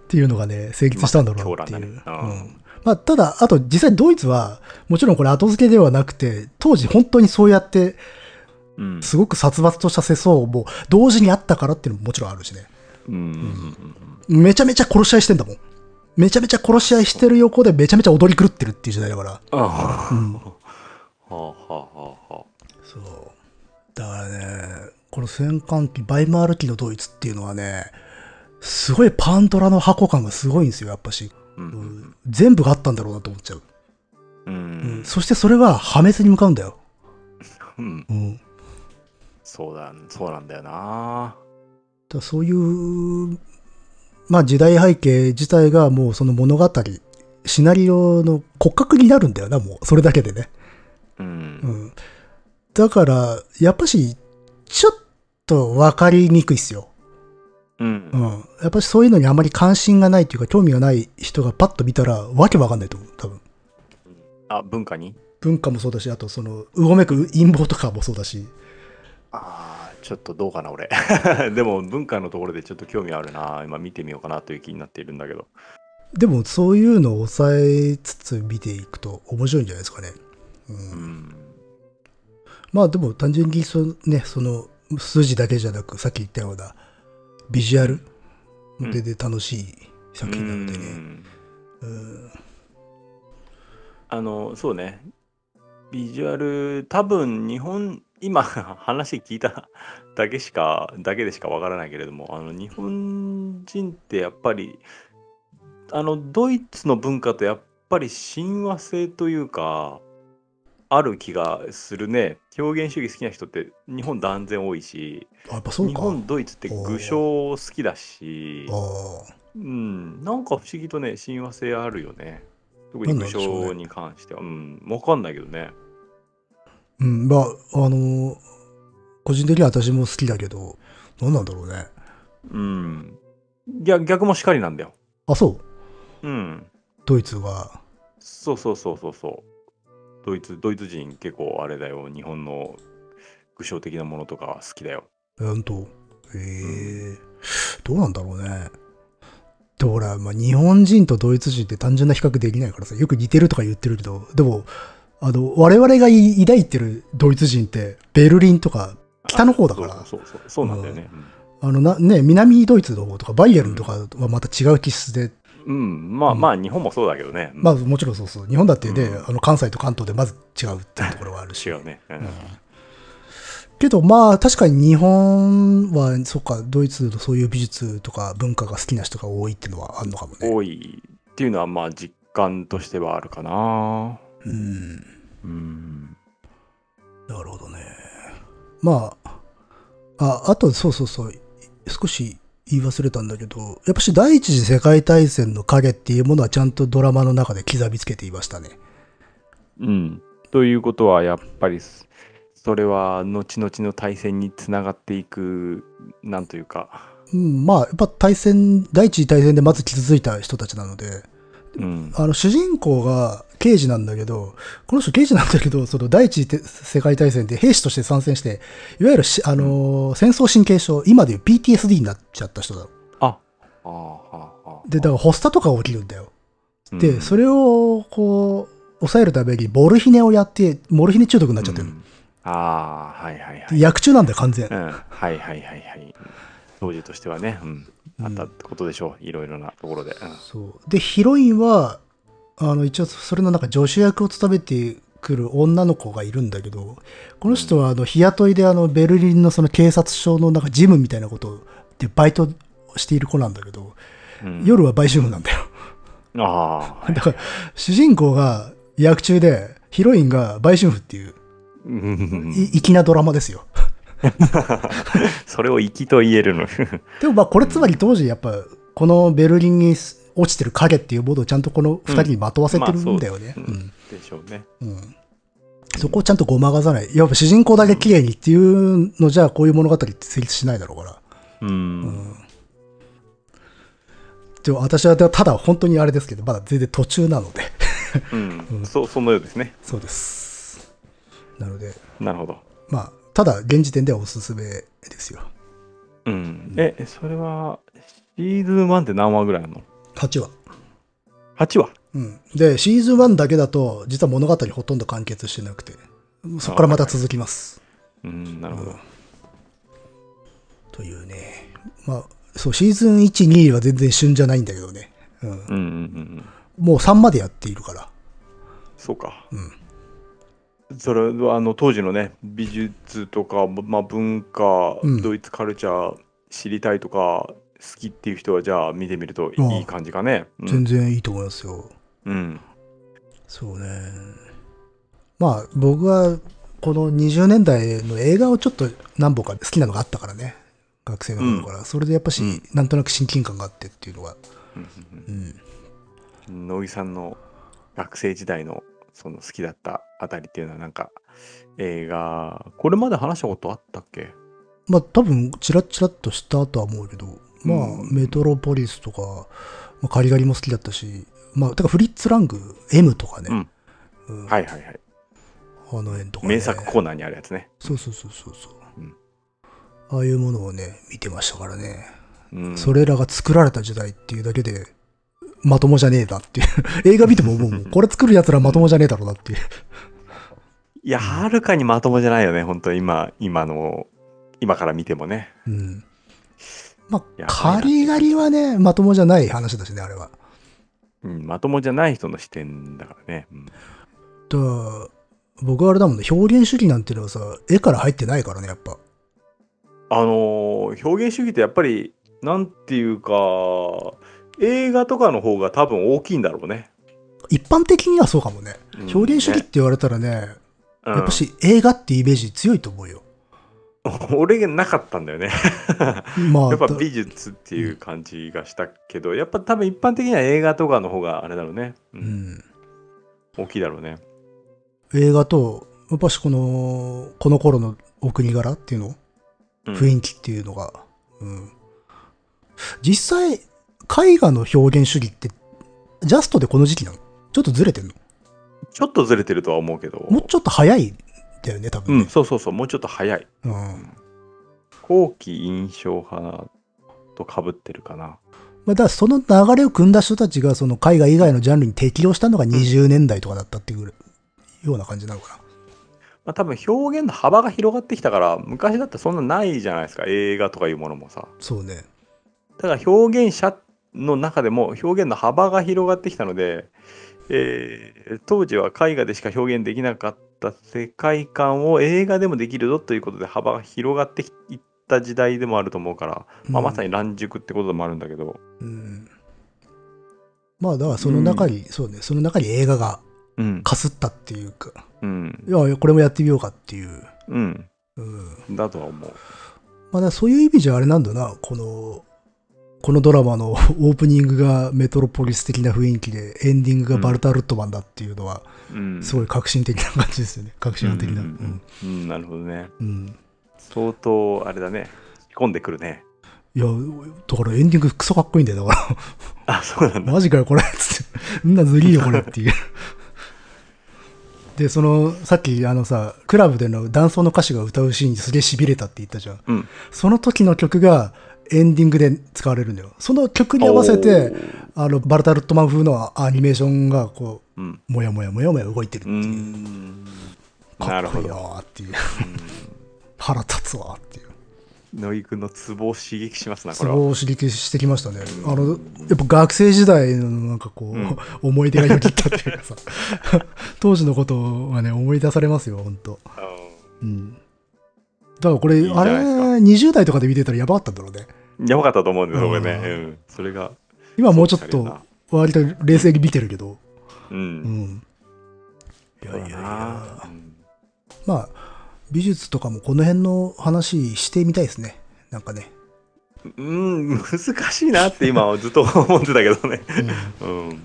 S2: ていうのがね成立したんだろうなってい
S1: 狂
S2: う。
S1: 乱だねうん
S2: うんまあ、ただあと実際ドイツはもちろんこれ後付けではなくて当時本当にそうやって
S1: うん
S2: すごく殺伐とした世相も同時にあったからっていうのももちろんあるしね。
S1: うんうんうん
S2: めちゃめちゃ殺し合いしてんだもん。めちゃめちゃ殺し合いしてる横でめちゃめちゃ踊り狂ってるっていう時代だから。
S1: ああは
S2: うん。
S1: あはあはあは
S2: そう。だからね、この戦艦機、バイマール機のドイツっていうのはね、すごいパンドラの箱感がすごいんですよ、やっぱし。
S1: あう
S2: うんん全部があったんだろうなと思っちゃう。
S1: うんう
S2: うん
S1: ん
S2: そしてそれは破滅に向かうんだよ。
S1: うん
S2: うん。だか
S1: そうだ、そうなんだよな。
S2: らそういう、まあ時代背景自体がもうその物語、シナリオの骨格になるんだよな、もう。それだけでね。
S1: う。
S2: うんん。だから、やっぱし、ちょっと分かりにくいっすよ。
S1: う。
S2: うんん。やっぱしそういうのにあまり関心がないというか、興味がない人がパッと見たら、わけわかんないと思う、多分。
S1: あ、文化に
S2: 文化もそうだし、あとその、うごめく陰謀とかもそうだし。
S1: ああ、ちょっとどうかな、俺。 (laughs) でも、文化のところでちょっと興味あるな。今見てみようかなという気になっているんだけど。
S2: でも、そういうのを抑えつつ見ていくと面白いんじゃないですかね。うん。
S1: うん。
S2: まあでも、単純にそ、ね、その、数字だけじゃなく、さっき言ったような、ビジュアル
S1: うん
S2: でで楽しい作品なので
S1: う
S2: ね。
S1: ん
S2: うん。
S1: あの、そうね。ビジュアル、多分、日本、今、 (laughs) 話聞いた (laughs) だけしか、だけでしかわからないけれども、あの、日本人ってやっぱり、あの、ドイツの文化とやっぱり親和性というか、ある気がするね。表現主義好きな人って日本断然多いし、
S2: あやっぱそう
S1: 日
S2: か。
S1: 本、ドイツって具象好きだし、
S2: ああ。
S1: うん、なんか不思議とね、親和性あるよね。特
S2: な
S1: に
S2: んな
S1: 具
S2: んでしょうね
S1: 象に関しては。うん、わかんないけどね。
S2: うん、まあ、あのー個人的には私も好きだけど、何なんだろうね。
S1: うん。逆逆もしかりなんだよ。
S2: あ、そう。
S1: うん。
S2: ドイツが。
S1: そうそうそうそうそう。ドイツ、ドイツ人結構あれだよ。日本の具象的なものとかは好きだよ。
S2: うんと。へえどうなんだろうね。でもほら、まあ、日本人とドイツ人って単純な比較できないからさ、よく似てるとか言ってるけど、でも、あの、我々がい抱いてるドイツ人って、ベルリンとか、北の方だから
S1: あそうそうそうそうなんだよね。
S2: あの、な、ね、南ドイツの方とか、バイエルンとかはまた違う気質で、
S1: うん、うんまあ
S2: うん
S1: まあ、日本もそうだけどね。
S2: まあ
S1: あ、
S2: もちろんそうそう。日本だってね、
S1: うん
S2: あの関西と関東でまず違うっていうところはあるし。
S1: 違うね。うん
S2: けどまあ確かに日本は、そっか、ドイツのそういう美術とか文化が好きな人が多いっていうのはあるのかもね。
S1: 多いっていうのは、まあ、実感としてはあるかな。
S2: うん。
S1: うん。
S2: なるほどね。まあ、あ、あとそうそうそう、少し言い忘れたんだけど、やっぱし第一次世界大戦の影っていうものはちゃんとドラマの中で刻みつけていましたね。
S1: うん。ということは、やっぱりそ、それは、後々の対戦につながっていく、なんというか。
S2: うん、まあ、やっぱ対戦、第一次大戦でまず傷ついた人たちなので、
S1: うん。
S2: あの主人公が刑事なんだけど、この人刑事なんだけど、その第一次世界大戦で兵士として参戦して、いわゆるし、あのー戦争神経症、今でいう PTSD になっちゃった人だ。
S1: ああああ
S2: で、だから発作とか起きるんだよ。
S1: ら
S2: で、それを、こう、抑えるためにモルヒネをやって、モルヒネ中毒になっちゃってる。
S1: うんああ、はいはいは
S2: で
S1: い。
S2: 薬中なんだよ、完全
S1: う。ん、はいはいはいはい。当時としてはね、うん、あったことでしょう、いろいろなところで。
S2: そう。で、ヒロインは、あの、一応、それのなんか助手役を務めてくる女の子がいるんだけど、この人はあの日雇いであのベルリンのその警察署のなんかジムみたいなことでバイトしている子なんだけど、
S1: うん
S2: 夜は売春婦なんだよ。
S1: ああ、
S2: だから、主人公が役中で、ヒロインが売春婦っていう、
S1: うん、
S2: い粋なドラマですよ。
S1: それを粋と言えるの。
S2: でもまあこれつまり当時やっぱこのベルリンに落ちてる影っていうボードをちゃんとこの2人にまとわせてるんだよね。う
S1: うんん (laughs) でしょうね。
S2: うんそこをちゃんとごまかさない。やっぱ主人公だけ綺麗にっていうのじゃこういう物語って成立しないだろうから。
S1: う。
S2: うんんでも私はただ本当にあれですけどまだ全然途中なので
S1: うん、そう、そのようですね。
S2: そうですなので
S1: なるほど。
S2: まあただ現時点ではおすすめですよ
S1: うん。え、それは、シーズン1って何話ぐらいあるの
S2: 8話
S1: ?8 話。
S2: うん、でシーズン1だけだと実は物語ほとんど完結してなくてそこからまた続きます、
S1: うん、なるほ
S2: う
S1: ど
S2: ん。というねまあそうシーズン12は全然旬じゃないんだけどね、うん、
S1: うんうんうん。
S2: もう3までやっているから
S1: そうか。
S2: う
S1: それはあの当時のね美術とか、まあ、文化、
S2: うん
S1: ドイツカルチャー知りたいとか好きっていう人はじゃあ見てみると
S2: うん
S1: いい感じかね。うんん、
S2: 全然いいと思いますよ、
S1: うん
S2: そうねまあ僕はこの20年代の映画をちょっと何本か好きなのがあったからね学生の頃から、それでやっぱし、
S1: うん
S2: なんとなく親近感があってっていうのが、
S1: うん
S2: うん、
S1: うん乃木さんの学生時代のその好きだったあたりっていうのはなんか映画これまで話したことあったっけ
S2: まあ多分チラッチラッとしたとは思うけどまあ、
S1: うん
S2: メトロポリスとか、まあ、カリガリも好きだったしまあてかフリッツ・ラング M とかね、うん
S1: はいはいはい
S2: あの辺とか、ね、
S1: 名作コーナーにあるやつね。
S2: そうそうそうそうそう、
S1: うん
S2: ああいうものをね見てましたからね、
S1: うん、
S2: それらが作られた時代っていうだけでまともじゃねえなっていう (laughs) 映画見ても思
S1: (laughs)
S2: うもんこれ作るやつらまともじゃねえだろうなっていう
S1: いやはるかにまともじゃないよね本当今今の今から見てもね。
S2: うんまあ
S1: やばいな
S2: カリガリはねまともじゃない話だしねあれは
S1: うん、まともじゃない人の視点だからね。うん
S2: だから僕はあれだもんね表現主義なんていうのはさ絵から入ってないからねやっぱ
S1: あのー表現主義ってやっぱりなんていうか映画とかの方が多分大きいんだろうね。
S2: 一般的にはそうかもね
S1: うん
S2: 表現主義って
S1: ね
S2: 言われたらね
S1: うん
S2: やっぱし映画ってイメージ強いと思うよ、
S1: (laughs) 俺がなかったんだよね。
S2: まあ
S1: やっぱ
S2: だ
S1: 美術っていう感じがしたけどやっぱ多分一般的には映画とかの方があれだろうね。う
S2: うんん
S1: 大きいだろうね。
S2: 映画とやっぱしこのこの頃のお国柄っていうの
S1: うん
S2: 雰囲気っていうのが、うん実際絵画の表現主義ってジャストでこの時期なのちょっとずれてんの
S1: ちょっとずれてるとは思うけど。
S2: もうちょっと早いんだよね多
S1: う
S2: 分
S1: ん、
S2: ね、
S1: そうそうそうもうちょっと早い。
S2: うん
S1: 後期印象派とかぶってるかな。
S2: まあ、だからその流れを組んだ人たちがその海外以外のジャンルに適用したのが20年代とかだったっていうような感じなのか
S1: まあ、多分表現の幅が広がってきたから昔だってそんなないじゃないですか映画とかいうものもさ
S2: な。そうね。
S1: だから表現者の中でも表現の幅が広がってきたので、えー当時は絵画でしか表現できなかった世界観を映画でもできるぞということで幅が広がっていった時代でもあると思うから、まあ、まさ
S2: に。
S1: に乱熟ってことでもあるんだけど、
S2: うんまあだからその中に、そうね、その中に映画が
S1: うん
S2: かすったっていうか、
S1: うん
S2: いやいやこれもやってみようかっていう。
S1: うん、
S2: うん、
S1: だとは思う。
S2: まあだからそういう意味じゃあれなんだな、この、このドラマの (laughs) オープニングがメトロポリス的な雰囲気で、エンディングがバルタ・ルットマンだっていうのは、
S1: うん、
S2: すごい革新的な感じですよね。革新的な。
S1: うんうんうんうんなるほどね
S2: うんうん
S1: 相当あれだね仕込んでくるね
S2: いや、だからエンディングクソかっこいいんだよ、だか
S1: あそうなん
S2: ら。 (laughs)
S1: だ
S2: マジかよ、これ。つって。んなずりいよ、これ。っていう。で、その、さっき、あのさ、クラブでの男装の歌手が歌うシーンにすげえ痺れたって言ったじゃん。
S1: うん
S2: その時の曲がエンディングで使われるんだよ。その曲に合わせて、あの、バルタルットマン風のアニメーションが、こ
S1: おーうん
S2: う、もやもやもやもや動いてるって
S1: うー
S2: いう。
S1: ん
S2: か
S1: な
S2: っ
S1: る
S2: こ
S1: ほ
S2: いいな
S1: ど
S2: ーっていう。腹立つわーっていう。
S1: 野井くんのツボを刺激しますな、こ
S2: そ
S1: れは。
S2: こを刺激してきましたね。
S1: うん
S2: あの、やっぱ学生時代のなんかこう、
S1: うん
S2: (laughs) 思い出がよぎったっていうかさ、 (laughs) 当時のことはね、思い出されますよ、ほんと。うん。だからこれ、
S1: いいじゃな
S2: あれ、
S1: いですか
S2: 20代とかで見てたらやばかったんだろうね。
S1: うんやばかったと思うんですよ、
S2: うん
S1: 俺ね。うん。それが。
S2: 今もうちょっ
S1: そう
S2: と、割と冷静に見てるけど。
S1: う。
S2: うんん。いやいやい
S1: そうだ
S2: や
S1: な。うん
S2: まあ、美術とかもこの辺の話してみたいですね。なんかね。
S1: うん、難しいなって今ずっと思ってたけどね。 (laughs)
S2: うん、
S1: うん。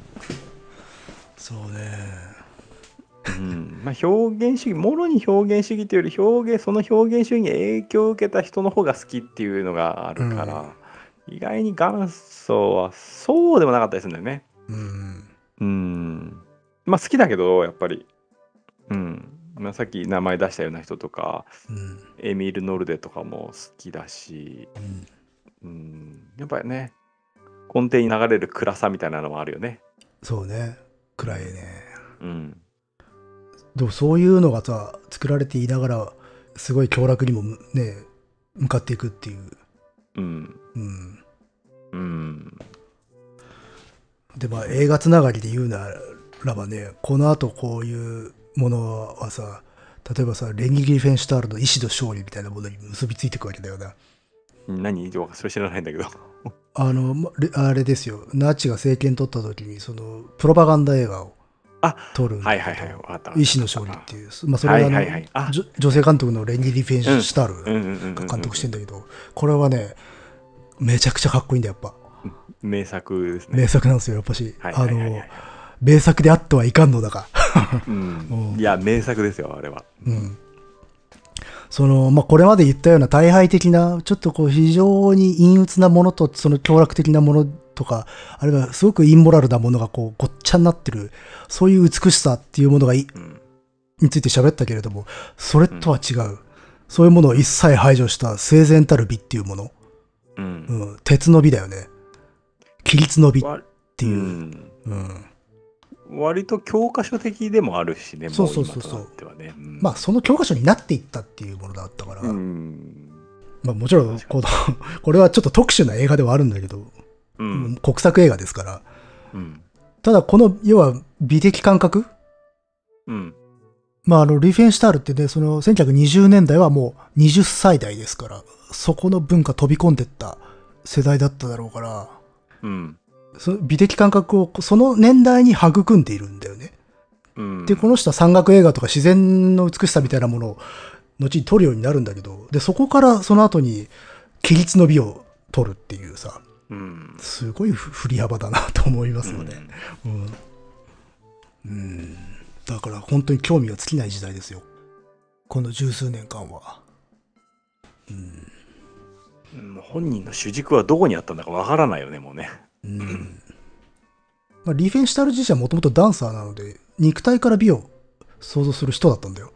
S2: そうね。
S1: うんまあ、表現主義もろに表現主義というより表現その表現主義に影響を受けた人の方が好きっていうのがあるから、意外に元祖はそうでもなかったりするんだよね。
S2: うん。
S1: うんまあ好きだけどやっぱり、うんまあ、さっき名前出したような人とか
S2: うん。
S1: エミール・ノルデとかも好きだし、
S2: うん
S1: うん、やっぱりね根底に流れる暗さみたいなのもあるよね。
S2: そうね。暗いね。
S1: うん、
S2: でもそういうのがさ、作られていながら、すごい凶楽にもね、向かっていくっていう。
S1: うん、
S2: うん。
S1: うん
S2: で、まあ映画つながりで言うならばね、この後こういうものはさ、例えばさ、レニー・ギリフェンシュタールの意志と勝利みたいなものに結びついていくわけだよな。
S1: 何それ知らないんだけど。
S2: あの、まレあれですよ、ナチが政権取った時に、その、プロパガンダ映画を
S1: あ
S2: 撮るんだ
S1: は
S2: け
S1: い
S2: ど
S1: はいはい、わかった。
S2: 医師の勝利っていう、まあ、それはあの、
S1: はいはいはいあ
S2: じょ女性監督のレニー・リフェンシュタールが監
S1: 監
S2: 督してんだけど、これはね、めちゃくちゃかっこいいんだよ、やっぱ。
S1: 名作ですね。
S2: 名作なんですよ、やっぱし。
S1: はい
S2: あ
S1: はいはいは
S2: の
S1: い、
S2: 名作であってはいかんのだが。 (laughs)
S1: うん
S2: うん
S1: いや、名作ですよ、あれは。
S2: うん。その、まあ、これまで言ったような大敗的な、ちょっとこう、非常に陰鬱なものと、その凶楽的なものとか、あるいはすごくインモラルなものがこう、ごっちゃになってる、そういう美しさっていうものがい
S1: うん
S2: について喋ったけれども、それとは違う。そういうものを一切排除した整然たる美っていうもの。
S1: うん
S2: うん、鉄の美だよね。規律の美っ
S1: わ
S2: ていうう。
S1: ん
S2: うん。
S1: 割と教科書的でもあるしね、も
S2: そうそうそう
S1: 今となってはね。うん
S2: まあ、その教科書になっていったっていうものだったから、
S1: うん
S2: まあ、もちろん、この、 (laughs) これはちょっと特殊な映画ではあるんだけど、
S1: う
S2: もうん国策映画ですから。
S1: うん
S2: ただ、この、要は、美的感覚
S1: うん
S2: まあ、あの、リフェンシュタールってね、その、1920年代はもう20歳代ですから、そこの文化飛び込んでった世代だっただろうから、
S1: うん
S2: その美的感覚をその年代に育んでいるんだよね。
S1: うん
S2: で、この人は山岳映画とか自然の美しさみたいなものを後に撮るようになるんだけど、で、そこからその後に規律の美を撮るっていうさ、
S1: うん
S2: すごいふ振り幅だなと思いますよね。うん。うんだから本当に興味が尽きない時代ですよ。この十数年間は。うん。
S1: うんもう本人の主軸はどこにあったんだかわからないよね、もうね。
S2: うん。まあ、リーフェンシュタール自身はもともとダンサーなので、肉体から美を想像する人だったんだよ。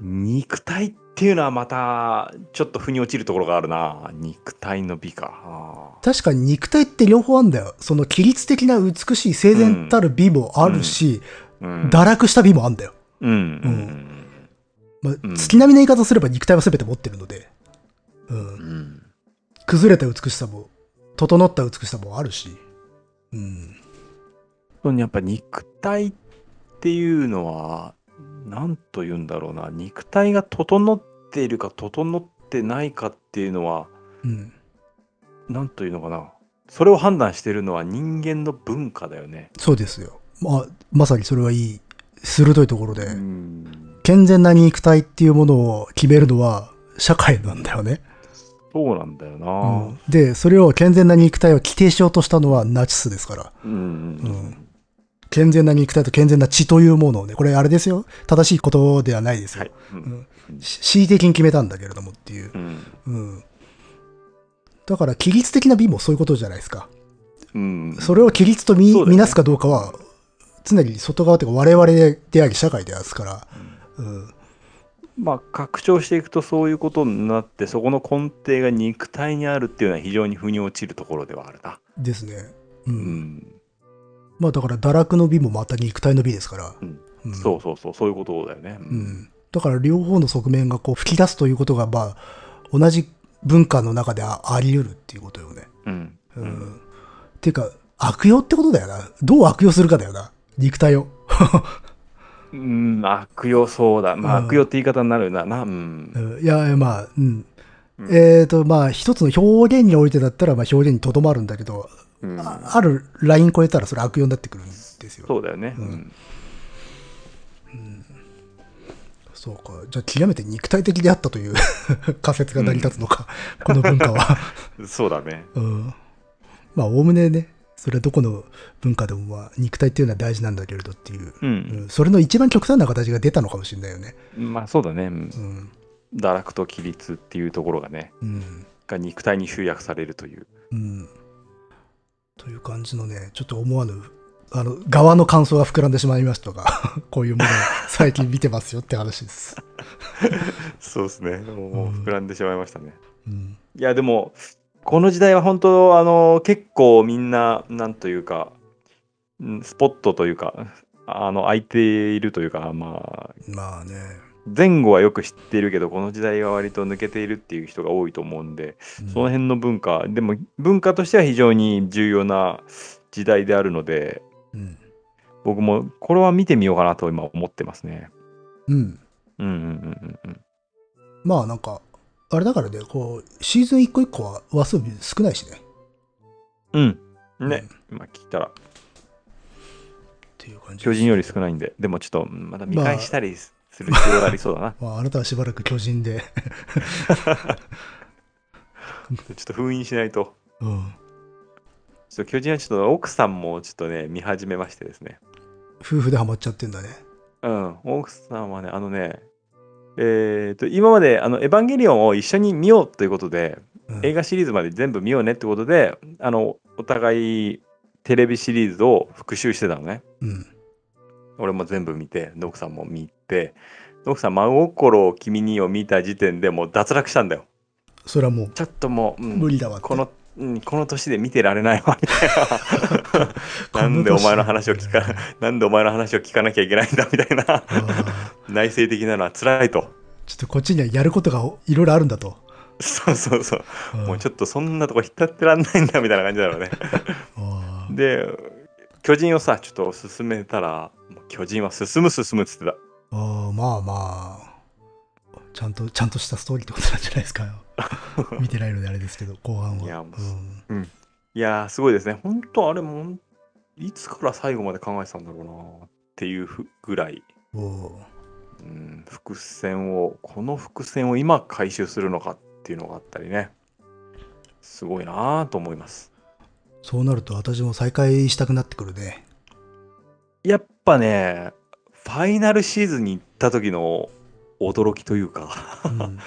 S1: 肉体っていうのはまたちょっと腑に落ちるところがあるな。肉体の美か。あ
S2: 確かに肉体って両方あるんだよ。その規律的な美しい整然たる美もあるし、
S1: ーうん
S2: 堕落した美もあるんだよ。
S1: うん
S2: うまあ
S1: うん
S2: 月並みの言い方すれば肉体は全て持ってるので、う
S1: うん
S2: ん、
S1: うん
S2: 崩れた美しさも、整った美しさもあるし、うん、
S1: 本当にやっぱ肉体っていうのは何と言うんだろうな肉体が整っているか整ってないかっていうのは
S2: うん、
S1: 何というのかなそれを判断してるのは人間の文化だよね。
S2: そうですよ。まあ、まさにそれはいい、鋭いところで、
S1: うん
S2: 健全な肉体っていうものを決めるのは社会なんだよね。
S1: そうなんだよな。
S2: うんで、それを健全な肉体を規定しようとしたのはナチスですから。
S1: うん
S2: うん健全な肉体と健全な血というものをね、これあれですよ。正しいことではないですよ。
S1: はい。う
S2: うんん、し恣意的に決めたんだけれどもっていう。
S1: うん
S2: うん。だから、規律的な美もそういうことじゃないですか。
S1: うん
S2: それを規律と見,、
S1: そうだよね
S2: なすかどうかは、常に外側というか我々であり社会でありますから、うん。
S1: まあ拡張していくとそういうことになってそこの根底が肉体にあるっていうのは非常に腑に落ちるところではあるな。
S2: ですね。うん。
S1: うん
S2: まあだから、堕落の美もまた肉体の美ですから。
S1: うん
S2: うん
S1: そうそうそうそういうことだよね。
S2: うん、だから両方の側面がこう吹き出すということが、まあ、同じ文化の中でああり得るっていうことよね。
S1: うん。
S2: う。
S1: うんん。
S2: ていうか、悪用ってことだよな。どう悪用するかだよな。肉体を。 (laughs)
S1: うん、悪用そうだ。まあ、
S2: うん
S1: 悪用って言い方になるな。な、うん
S2: う。んいや、まあ、うん。
S1: うん
S2: えっ、と、まあ、一つの表現においてだったら、まあ、表現にとどまるんだけど、
S1: うん
S2: ああるライン超えたらそれ悪用になってくるんですよ。
S1: そうだよね。
S2: うんそうか。じゃあ、極めて肉体的であったという (laughs) 仮説が成り立つのか、この文化は。 (laughs)
S1: うんそうだね。
S2: うん。まあ、おおむねね、それはどこの文化でも、まあ、肉体っていうのは大事なんだけれどっていう、
S1: う。
S2: うんんそれの一番極端な形が出たのかもしれないよね。
S1: まあ、そうだね。うん
S2: うん。
S1: 堕落と規律っていうところがね、
S2: うん。
S1: が肉体に集約されるという。
S2: うん。という感じのね、ちょっと思わぬ、あの、側の感想が膨らんでしまいましたが、 (laughs) こういうものを最近見てますよって話です。
S1: そうですね。もう
S2: うん
S1: 膨らんでしまいましたね。
S2: うん。
S1: いや、でも、この時代は本当、あの、結構みんな、なんというか、うんスポットというか、あの、空いているというか、まあ、
S2: まあね。
S1: 前後はよく知っているけど、この時代は割と抜けているっていう人が多いと思うんで、
S2: うん
S1: その辺の文化、でも文化としては非常に重要な時代であるので、
S2: うん。
S1: 僕もこれは見てみようかなと今思ってますね。
S2: うん。
S1: うんうんうんうんうん。
S2: まあなんか、あれだからね、こう、シーズン一個一個は話数少ないしね。
S1: うん。ね、今聞いたら、
S2: っていう感じです
S1: 巨人より少ないんで、でもちょっと、うんまだ見返したりする必要がありそうだな。
S2: まあ、あなたはしばらく巨人で、
S1: ちょっと封印しないと。
S2: うん、
S1: ちょっと巨人はちょっと奥さんもちょっとね、見始めましてですね。
S2: 夫婦でハマっちゃってんだね。
S1: うん、奥さんはね、あのね、えー、と今まであの「エヴァンゲリオン」を一緒に見ようということで
S2: うん、
S1: 映画シリーズまで全部見ようねってことであのお互いテレビシリーズを復習してたのね。
S2: うん。
S1: 俺も全部見て、ノクさんも見て、ノクさん、真心を君にを見た時点でもう脱落したんだよ。
S2: それはもう、
S1: ちょっともう、うん
S2: 無理だわって
S1: この、うん、この年で見てられない
S2: (laughs)
S1: わ、みたいな。なんでお前の話を聞か、なんでお前の話を聞かなきゃいけないんだ、みたいな。
S2: ああ
S1: 内省的なのは辛いと。
S2: ちょっとこっちにはやることがいろいろあるんだと。
S1: そうそうそう。
S2: ん
S1: もうちょっとそんなとこ浸ってらんないんだ、みたいな感じだろうね。
S2: ああ
S1: で、巨人をさ、ちょっと進めたら、巨人は進む進むっつってた。
S2: ああまあまあ、ちゃんと、ちゃんとしたストーリーってことなんじゃないですか
S1: (laughs)
S2: よ。見てないのであれですけど、後半は。
S1: いやもう
S2: うん
S1: いやーすごいですね。本当あれもん、いつから最後まで考えてたんだろうなっていうふぐらい、
S2: おう
S1: うん、伏線を、この伏線を今回収するのかっていうのがあったりね。すごいなーと思います。
S2: そうなると私も再開したくなってくるね。
S1: やっぱね、ファイナルシーズンに行った時の驚きというか、
S2: うん、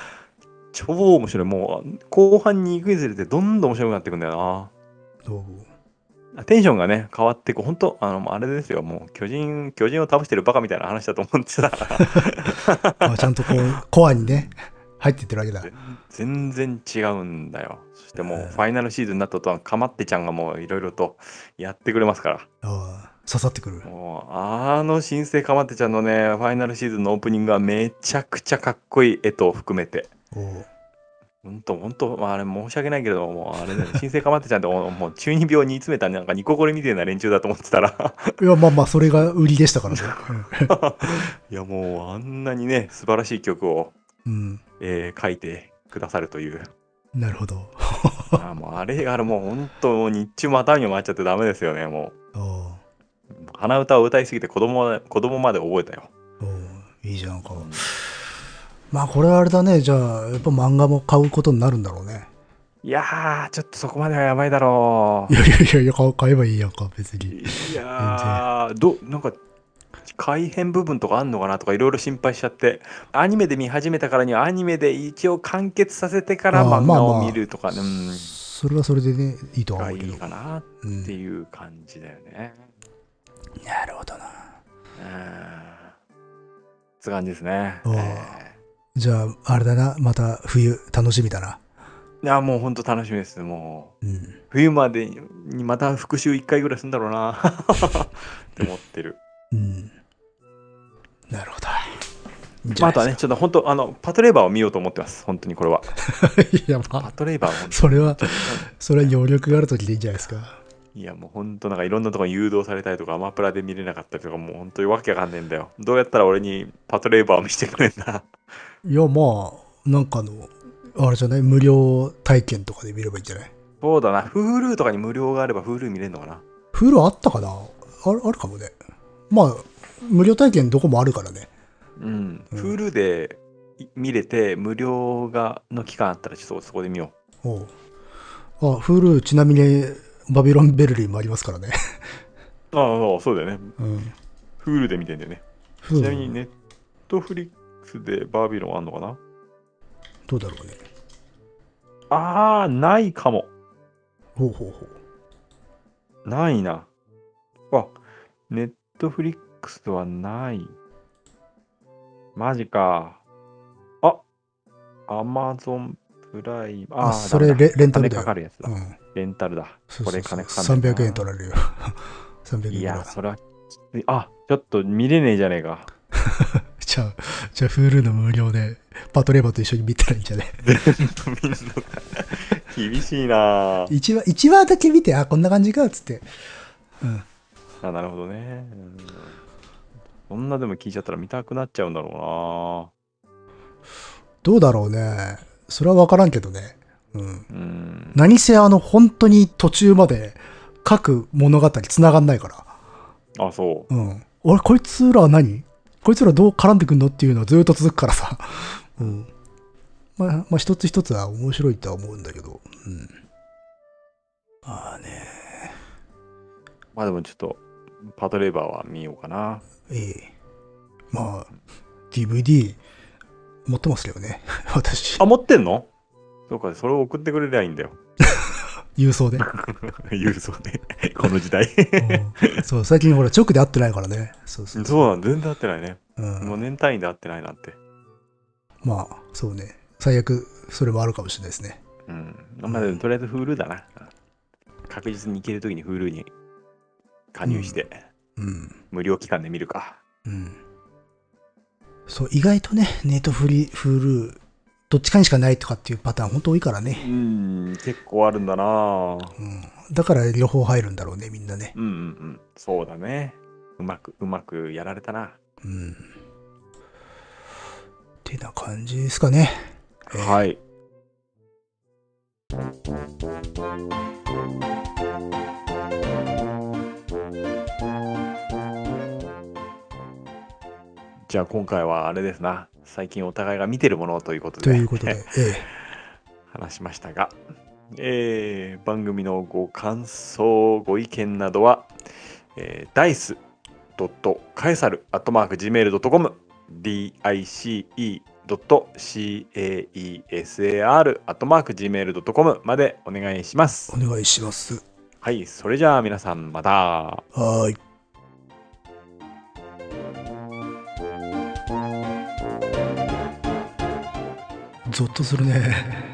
S1: 超面白い。もう、後半に行くにつれてどんどん面白くなってくんだよな。
S2: どう
S1: テンションがね、変わってこう、本当あの、あれですよ、もう、巨人、巨人を倒してるバカみたいな話だと思ってたから。 (laughs)
S2: まあ、ちゃんとこう、コアにね、入ってってるわけだ。
S1: 全然違うんだよ。そしてもう、
S2: えー
S1: ファイナルシーズンになったとは、かまってちゃんがもう、いろいろとやってくれますか
S2: ああ刺さってくる
S1: ら。。もう、あの新生かまってちゃんのね、ファイナルシーズンのオープニングはめちゃくちゃかっこいい絵と含めて。
S2: おう
S1: ほんと、ほんと、まあ、あれ申し訳ないけれども、もうあれだよ、新生かまってちゃんって、もうもう中二病に詰めた、なんかニココレみたいな連中だと思ってたら、
S2: いや、まあまあ、それが売りでし
S1: (laughs)
S2: たからね。
S1: いや、もう、あんなにね、素晴らしい曲を、
S2: うん。
S1: えー書いてくださると
S2: (laughs)
S1: いう。
S2: なるほど。
S1: あーもうあれがあれもう本当もう日中も頭にも回っちゃってダメですよねも
S2: お
S1: う
S2: う
S1: 鼻歌を歌いすぎて子供まで子供まで覚えたよ、
S2: おういいじゃんか。まあ、これはあれだね。じゃあ、やっぱ漫画も買うことになるんだろうね。
S1: いやーちょっとそこまではやばいだろ
S2: いやいやいやいや、買買えばいいやんか、別
S1: う
S2: に。
S1: いやーどなんか改変部分とかあんのかなとかいろいろ心配しちゃってアニメで見始めたからにはアニメで一応完結させてから
S2: あー
S1: 漫
S2: まあ
S1: 画
S2: まあ
S1: を見るとかね、
S2: それはそれでね、いいとは思
S1: うん
S2: うけ
S1: がい
S2: ど
S1: い。かなっ
S2: うん
S1: ていう感じだよね、
S2: なるほど
S1: う
S2: な。
S1: ん、って感じですね、
S2: おーじゃあ、あれだな。また冬、楽しみだな。
S1: いやもう本当楽しみですもう
S2: うん。
S1: 冬までにまた復習1回ぐらいするんだろうな (laughs) って思ってる
S2: うん。なるほど。じゃ
S1: まあ、あ
S2: ない
S1: とは
S2: で
S1: ね、
S2: す
S1: ちょっと本当、あの、パトレーバーを見ようと思ってます。本当にこれ (laughs) は。
S2: か。 (laughs) いや、ま
S1: パ
S2: あ、
S1: トレーバーも、
S2: それは、それは余力があるときでいいんじゃないですか。
S1: (laughs) いや、もう本当なんかいろんなところに誘導されたりとか、アマプラで見れなかったりとか、もう本当にわけわかんねえんだよ。どうやったら俺にパトレーバーを見せてくれんだ
S2: いや、まあ、なんかあの、あれじゃない無料体験とかで見ればいいんじゃない
S1: そうだな。Hulu とかに無料があれば Hulu 見れるのかな。
S2: フールあったかなあるあるかもね。まあ、無料体験どこもあるからね。
S1: うん。
S2: うん
S1: Hulu でい見れて、無料がの期間あったら、ちょっとそこで見よ
S2: おうあ、フールちなみに、バビロンベルリーもありますからね。
S1: う。ああ、そうだよね。
S2: うん。
S1: Hulu で見てんだよね。
S2: ち
S1: ちなみに、ネットフリックスでバービロンあんのかな
S2: どうだろうね。
S1: ああ、ないかも。
S2: ほうほうほう。
S1: ないな。あ、ネットフリックスはない。マジか。あ、アマゾンプライム。あ
S2: あ、
S1: ー
S2: それ
S1: ダメだ
S2: レ、レンタ
S1: 金
S2: ルだ
S1: か
S2: よ。
S1: かるやつだ。
S2: うん。
S1: レンタルだ。
S2: そう
S1: こ
S2: そう
S1: れ
S2: そう
S1: 金かかんねえな
S2: 300円取られるよ。300円
S1: い
S2: 取られ
S1: や、
S2: る。
S1: それはきつい。あ、ちょっと見れねえじゃねえか。
S2: じゃあ、じゃあ、フールの無料で、パトレーバーと一緒に見たらいいんじゃない
S1: (laughs) 見んのか厳しいなあ
S2: 一話、一話だけ見て、あ、こんな感じか、つって。うん。
S1: あなるほどね。うんそんなでも聞いちゃったら見たくなっちゃうんだろ
S2: どうだろうね。それはわからんけどね。うん。
S1: うな。うん。
S2: 何せ、あの、本当に途中まで、各物語繋がんないから。
S1: あ、そう。
S2: うん。俺、こいつらは何こいつらどう絡んでくんのっていうのはずっと続くからさ。 (laughs) うん。まあ、まあ、一つ一つは面白いとは思うんだけど。うん。まあね、
S1: まあでもちょっと、パトレーバーは見ようかな。
S2: ええ。まあ、DVD 持ってますけどね。 (laughs) 私
S1: あ、、持ってんのそうか、それを送ってくれりゃいいんだよ。 (laughs)
S2: 郵送で。
S1: 郵送で、 (laughs) この時代。
S2: うんそう、最近ほら、直で会ってないからね。そうそう。
S1: そうなん、全然合ってないね。
S2: う、
S1: もうん年単位で合ってないなって。
S2: まあ、そうね。最悪、それもあるかもしれないですね。
S1: うん。まあでも、とりあえず Hulu だな。確実に行けるときに Hulu に加入して、
S2: うん。
S1: 無料期間で見るか。
S2: うん。そう、意外とね、ネットフリー、フール、どっちかにしかないとかっていうパターン、本当多いから
S1: う
S2: ね。
S1: ん、結構あるんだな
S2: うん。だから両方入るんだろうね、みんなね。
S1: うんうんうん。そうだね。うまく、うまくやられたな。
S2: うん。ってな感じですかね。
S1: はい。じゃあ今回はあれですな最近お互いが見てるものということで
S2: ということで、ええ。
S1: 話しましたが、えー番組のご感想ご意見などは、えー、dice.caesar.gmail.com dice.caesar.gmail.com までお願いします
S2: お。願いします。
S1: はい、それじゃあ皆さんまた。
S2: はーい。ゾッとするね。